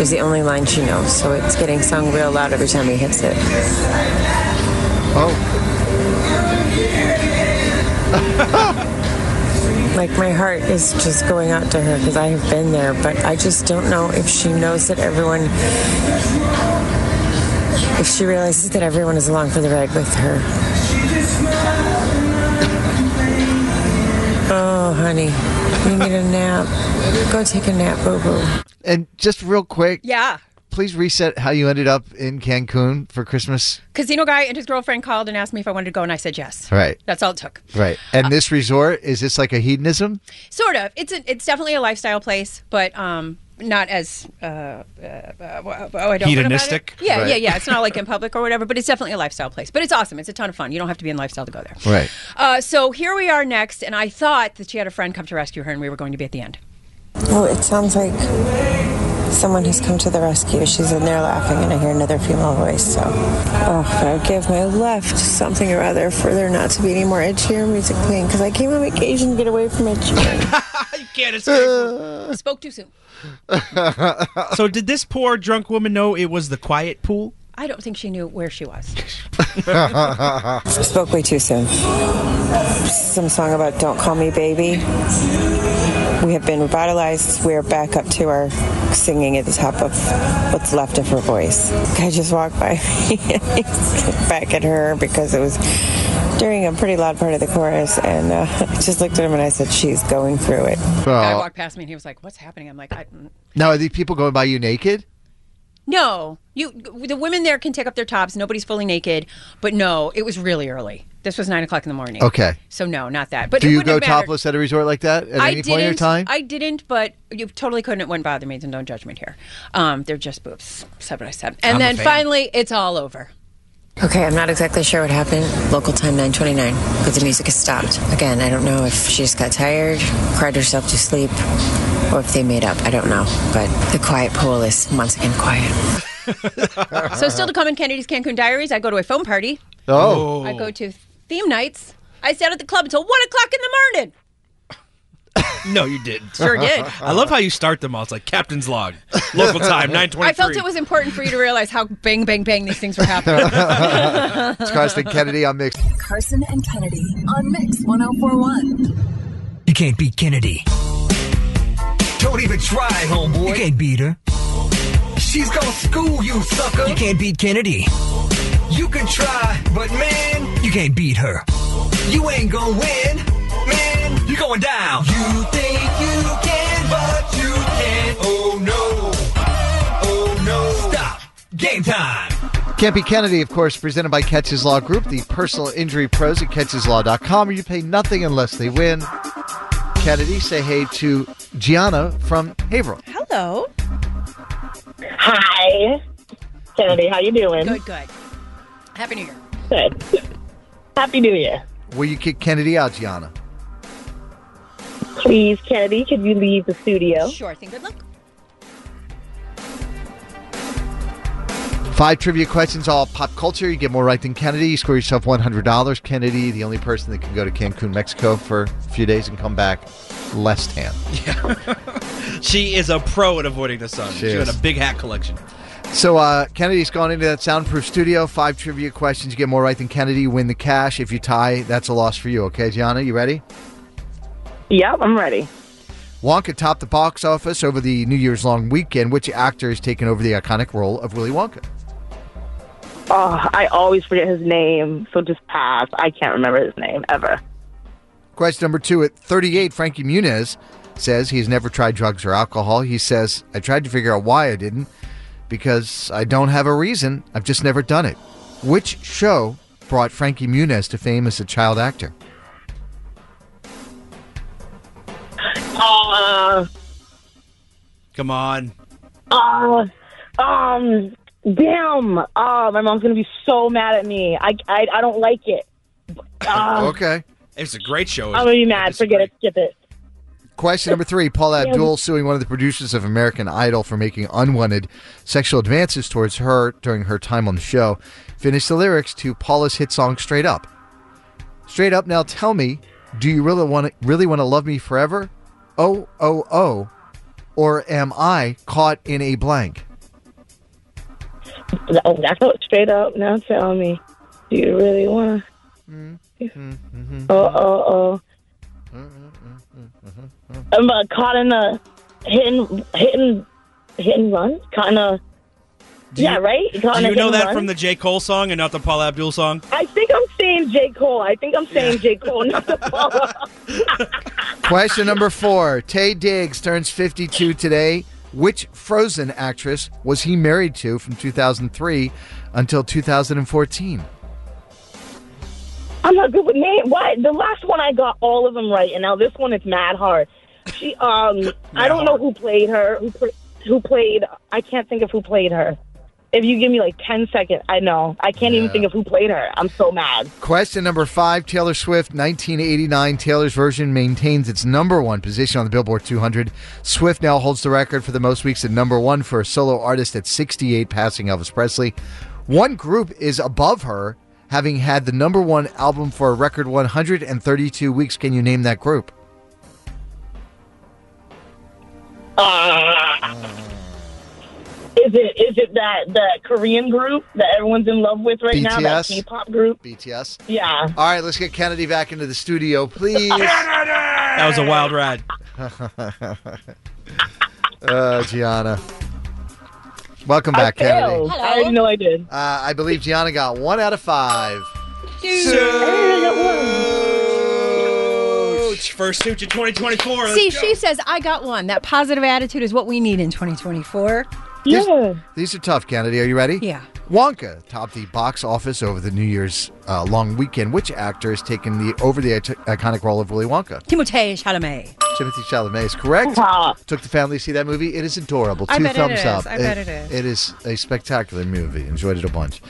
N: is the only line she knows. So it's getting sung real loud every time he hits it. Like my heart is just going out to her because I have been there, but I just don't know if she knows that everyone, if she realizes that everyone is along for the ride with her. Oh, honey, you need a nap. Go take a nap, boo boo.
M: And just real quick.
P: Yeah.
M: Please reset how you ended up in Cancun for Christmas.
P: Casino guy and his girlfriend called and asked me if I wanted to go, and I said yes.
M: Right.
P: That's all it took.
M: Right. And this resort is this like a hedonism?
P: Sort of. It's a, it's definitely a lifestyle place, but um, not as uh, uh, uh, oh, I don't
O: Hedonistic?
P: What about it? Yeah,
O: Right.
P: yeah, yeah. It's not like in public or whatever, but it's definitely a lifestyle place. But it's awesome. It's a ton of fun. You don't have to be in lifestyle to go there.
M: Right.
P: Uh, so here we are next, and I thought that she had a friend come to rescue her, and we were going to be at the end.
N: Oh, it sounds like someone has come to the rescue. She's in there laughing, and I hear another female voice. So, oh, but I give my left something or other for there not to be any more Ed Sheeran music playing because I came on vacation to get away from Ed Sheeran.
M: Uh,
P: Spoke too soon.
O: so did this poor drunk woman know it was the quiet pool?
P: I don't think she knew where she was.
N: Spoke way too soon. Some song about "Don't Call Me Baby." We have been revitalized. We are back up to our singing at the top of what's left of her voice. I just walked by back at her because it was during a pretty loud part of the chorus, and uh, I just looked at him and I said, "She's going through it."
P: Guy
M: Well,
P: walked past me, and he was like, "What's happening?" I'm like, I, mm,
M: now are these people going by you naked?
P: "No, you. The women there can take up their tops. Nobody's fully naked." But no, it was really early. This was nine o'clock in the morning.
M: Okay.
P: So no, not that. But
M: do
P: it
M: you
P: wouldn't
M: go
P: have mattered.
M: topless at a resort like that at
P: I
M: any
P: didn't,
M: point in your time?
P: I didn't, but you totally couldn't. It wouldn't bother me. Then no judgment here. Um, they're just boobs. Said what I said.
N: I'm
P: And
N: a
P: then
N: fan.
P: finally, it's all over.
N: Okay, I'm not exactly sure what happened. Local time 9:29, but the music has stopped. Again, I don't know if she just got tired, cried herself to sleep, or if they made up. I don't know. But the quiet pool is once again quiet.
P: So still to come in Kennedy's Cancun Diaries, I go to a phone party.
N: Oh.
P: I go to theme nights. I sat at the club until one o'clock in the morning.
O: No, you didn't.
P: Sure did.
O: I love how you start them all. It's like captain's log, local time, nine twenty-three.
P: I felt it was important for you to realize how bang, bang, bang these things were happening.
M: it's Carson Kennedy on Mix.
G: Carson and Kennedy on Mix 1041.
U: You can't beat Kennedy. Don't even try, homeboy. You can't beat her. She's gonna school you, sucker. You can't beat Kennedy. You can try, but man, you can't beat her. You ain't gonna win, man. You're going down. You think you can, but you can't. Oh no. Oh no. Stop. Game time.
M: Campy Kennedy, of course, presented by Catches Law Group, the personal injury pros at catcheslaw.com, where you pay nothing unless they win. Kennedy, say hey to Gianna from Haverhill.
P: Hello.
W: Hi, Kennedy. How you doing?
P: Good, good. Happy New Year.
W: Good. Happy New Year.
M: Will you kick Kennedy out, Gianna?
W: Please, Kennedy, could you leave the studio?
P: Sure thing. Good luck.
M: Five trivia questions, all pop culture. You get more right than Kennedy. You score yourself $100. Kennedy, the only person that can go to Cancun, Mexico for a few days and come back less tan.
O: She is a pro at avoiding the sun. She,
M: She
O: got
M: is.
O: a big hat collection.
M: So uh, Kennedy's gone into that soundproof studio. Five trivia questions. You get more right than Kennedy, you win the cash. If you tie, that's a loss for you. Okay, Gianna, you ready?
H: Yep, I'm ready.
M: Wonka topped the box office over the New Year's long weekend. Which actor has taken over the iconic role of Willy Wonka?
H: Oh, I always forget his name, so just pass. I can't remember his name ever.
M: Question number two at 38, Frankie Muniz says he's never tried drugs or alcohol. He says, I tried to figure out why I didn't because I don't have a reason. I've just never done it. Which show brought Frankie Muniz to fame as a child actor?
H: Uh,
O: Come on.
H: uh, um, damn. Oh, my mom's gonna be so mad at me. I, I, I don't like it.
P: Um,
H: Uh,
M: okay.
O: It's a great show.
H: I'm gonna be mad. Forget it. Skip it.
M: Question number three Paul
H: Yeah.
M: Abdul suing one of the producers of American Idol for making unwanted sexual advances towards her during her time on the show. Finished the lyrics to Paula's hit song Straight Up. Straight up, now tell me, do you really want to, really want to love me forever? Oh, oh, oh. Or am I caught in a blank?
H: Oh, that's what straight up. Now tell me, do you really wanna?
I: Mm-hmm.
H: Oh, oh, oh. I'm uh, caught in a hit and, hit and, hit and run. Caught in a. yeah, right? Caught in
O: Do
H: a
O: you
H: hit
O: know
H: and
O: that
H: run?
O: from the J. Cole song and not the Paul Abdul song?
H: I think I'm saying J. Cole. I think I'm saying J. Cole, not the Paula.
M: Question number four. Tay Diggs turns 52 today. Which Frozen actress was he married to from 2003 until 2014?
H: I'm not good with name. What? The last one I got all of them right, and now this one is mad hard. She, um, I don't know who played her. Who, pl- who played? I can't think of who played her. If you give me like ten seconds, I know I can't even
M: Yeah.
H: think of who played her. I'm so mad.
M: Question number five Taylor Swift, 1989. Taylor's version maintains its number one position on the Billboard 200. Swift now holds the record for the most weeks at number one for a solo artist at 68, passing Elvis Presley. One group is above her, having had the number one album for a record 132 weeks. Can you name that group?
H: Ah. is it is it that that Korean group that everyone's in love with right now? That
M: BTS?
H: K-pop group.
M: BTS.
H: Yeah.
M: All right, let's get Kennedy back into the studio, please. that
O: was a wild ride.
M: uh, Gianna. Welcome
H: I
M: back,
H: failed.
M: Kennedy.
H: I already know I did.
M: Uh, I believe Gianna got one out of five.
O: Coach, first suit to 2024.
P: See, she says, I got one. That positive attitude is what we need in 2024.
M: Yeah. These are tough, Kennedy. Are you ready?
P: Yeah.
M: Wonka topped the box office over the New Year's uh, long weekend. Which actor has taken the over the ito- iconic role of Willy Wonka?
P: Timothée Chalamet.
M: Timothy Chalamet is correct. Took the family to see that movie. It is adorable. Two
P: I bet it
M: thumbs
P: is.
M: up.
P: I bet it is.
M: It is a spectacular movie. Enjoyed it a bunch.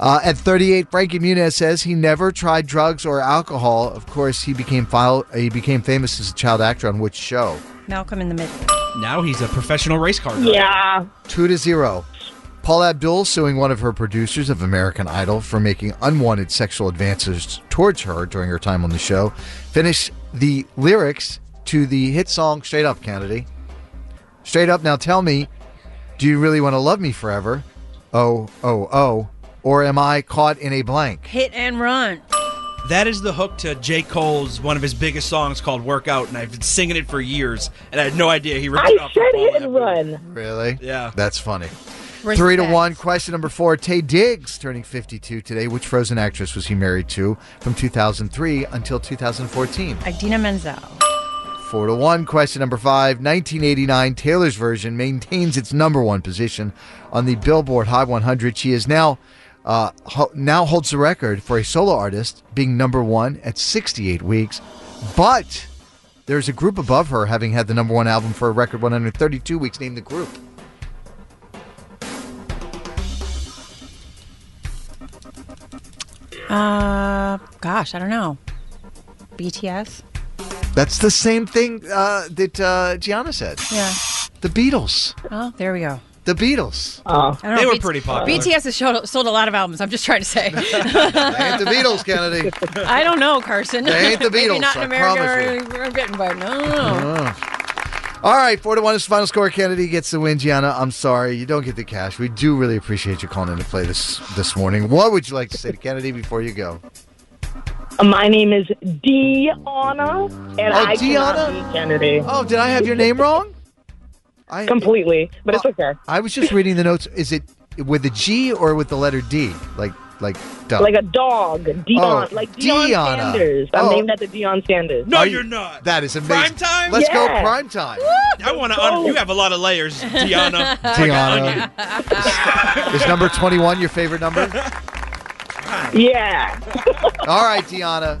M: Uh, at 38, Frankie Muniz says he never tried drugs or alcohol. Of course, he became file, he became famous as a child actor on which show?
P: Malcolm in the Middle.
O: Now he's a professional race car driver.
H: Yeah.
M: Two to zero. Paul Abdul suing one of her producers of American Idol for making unwanted sexual advances towards her during her time on the show. Finish the lyrics to the hit song Straight Up, Kennedy. Straight Up, now tell me, do you really want to love me forever? Oh, oh, oh. Or am I caught in a blank?
P: Hit and run.
O: That is the hook to J. Cole's one of his biggest songs called Workout, and I've been singing it for years, and I had no idea he ripped
H: I
O: it off.
H: said hit and run.
M: Really?
O: Yeah.
M: That's funny.
H: Respect.
M: Three to one. Question number four. Tay Diggs turning 52 today. Which Frozen actress was he married to from 2003 until 2014?
P: Idina Menzel.
M: Four to one. Question number five. 1989 Taylor's version maintains its number one position on the Billboard Hot 100. She is now uh, ho- now holds the record for a solo artist being number one at 68 weeks, but there's a group above her having had the number one album for a record 132 weeks. Name the group.
P: Uh, gosh, I don't know. BTS.
M: That's the same thing uh, that uh, Gianna said.
P: Yeah.
M: The Beatles.
P: Oh, there we go.
M: The Beatles.
H: Oh,
P: I don't know, B- BTS has showed, sold a lot of albums. I'm just trying to say. they ain't
M: the Beatles, Kennedy.
P: I don't know, Carson.
M: They ain't the
P: Maybe
M: Beatles,
P: not in
M: I
P: America
M: promise
P: or, or Britain, but no.
M: Oh. All right, four to one is the final score. Kennedy gets the win. Gianna, I'm sorry, you don't get the cash. We do really appreciate you calling in to play this this morning. What would you like to say to Kennedy before you go?
H: My name is Deanna, and
M: Oh,
H: I
M: Deanna?
H: cannot be Kennedy.
M: Oh, did I have your name wrong? Oh.
H: Completely, but it's okay.
M: I was just reading the notes. Is it with a G or with the letter D? Like like duh.
H: Like a dog, Dion,
M: Oh,
H: like Dion
M: Deanna.
H: Sanders. I'm
M: Oh.
H: named after Dion Sanders.
M: Are you- That is amazing.
O: Prime time?
M: Let's go
H: Yeah.
M: prime time.
O: I want to honor. You have a lot of layers, Tiana.
M: Tiana. Is number 21 your favorite number?
H: Yeah.
M: All right, Deanna.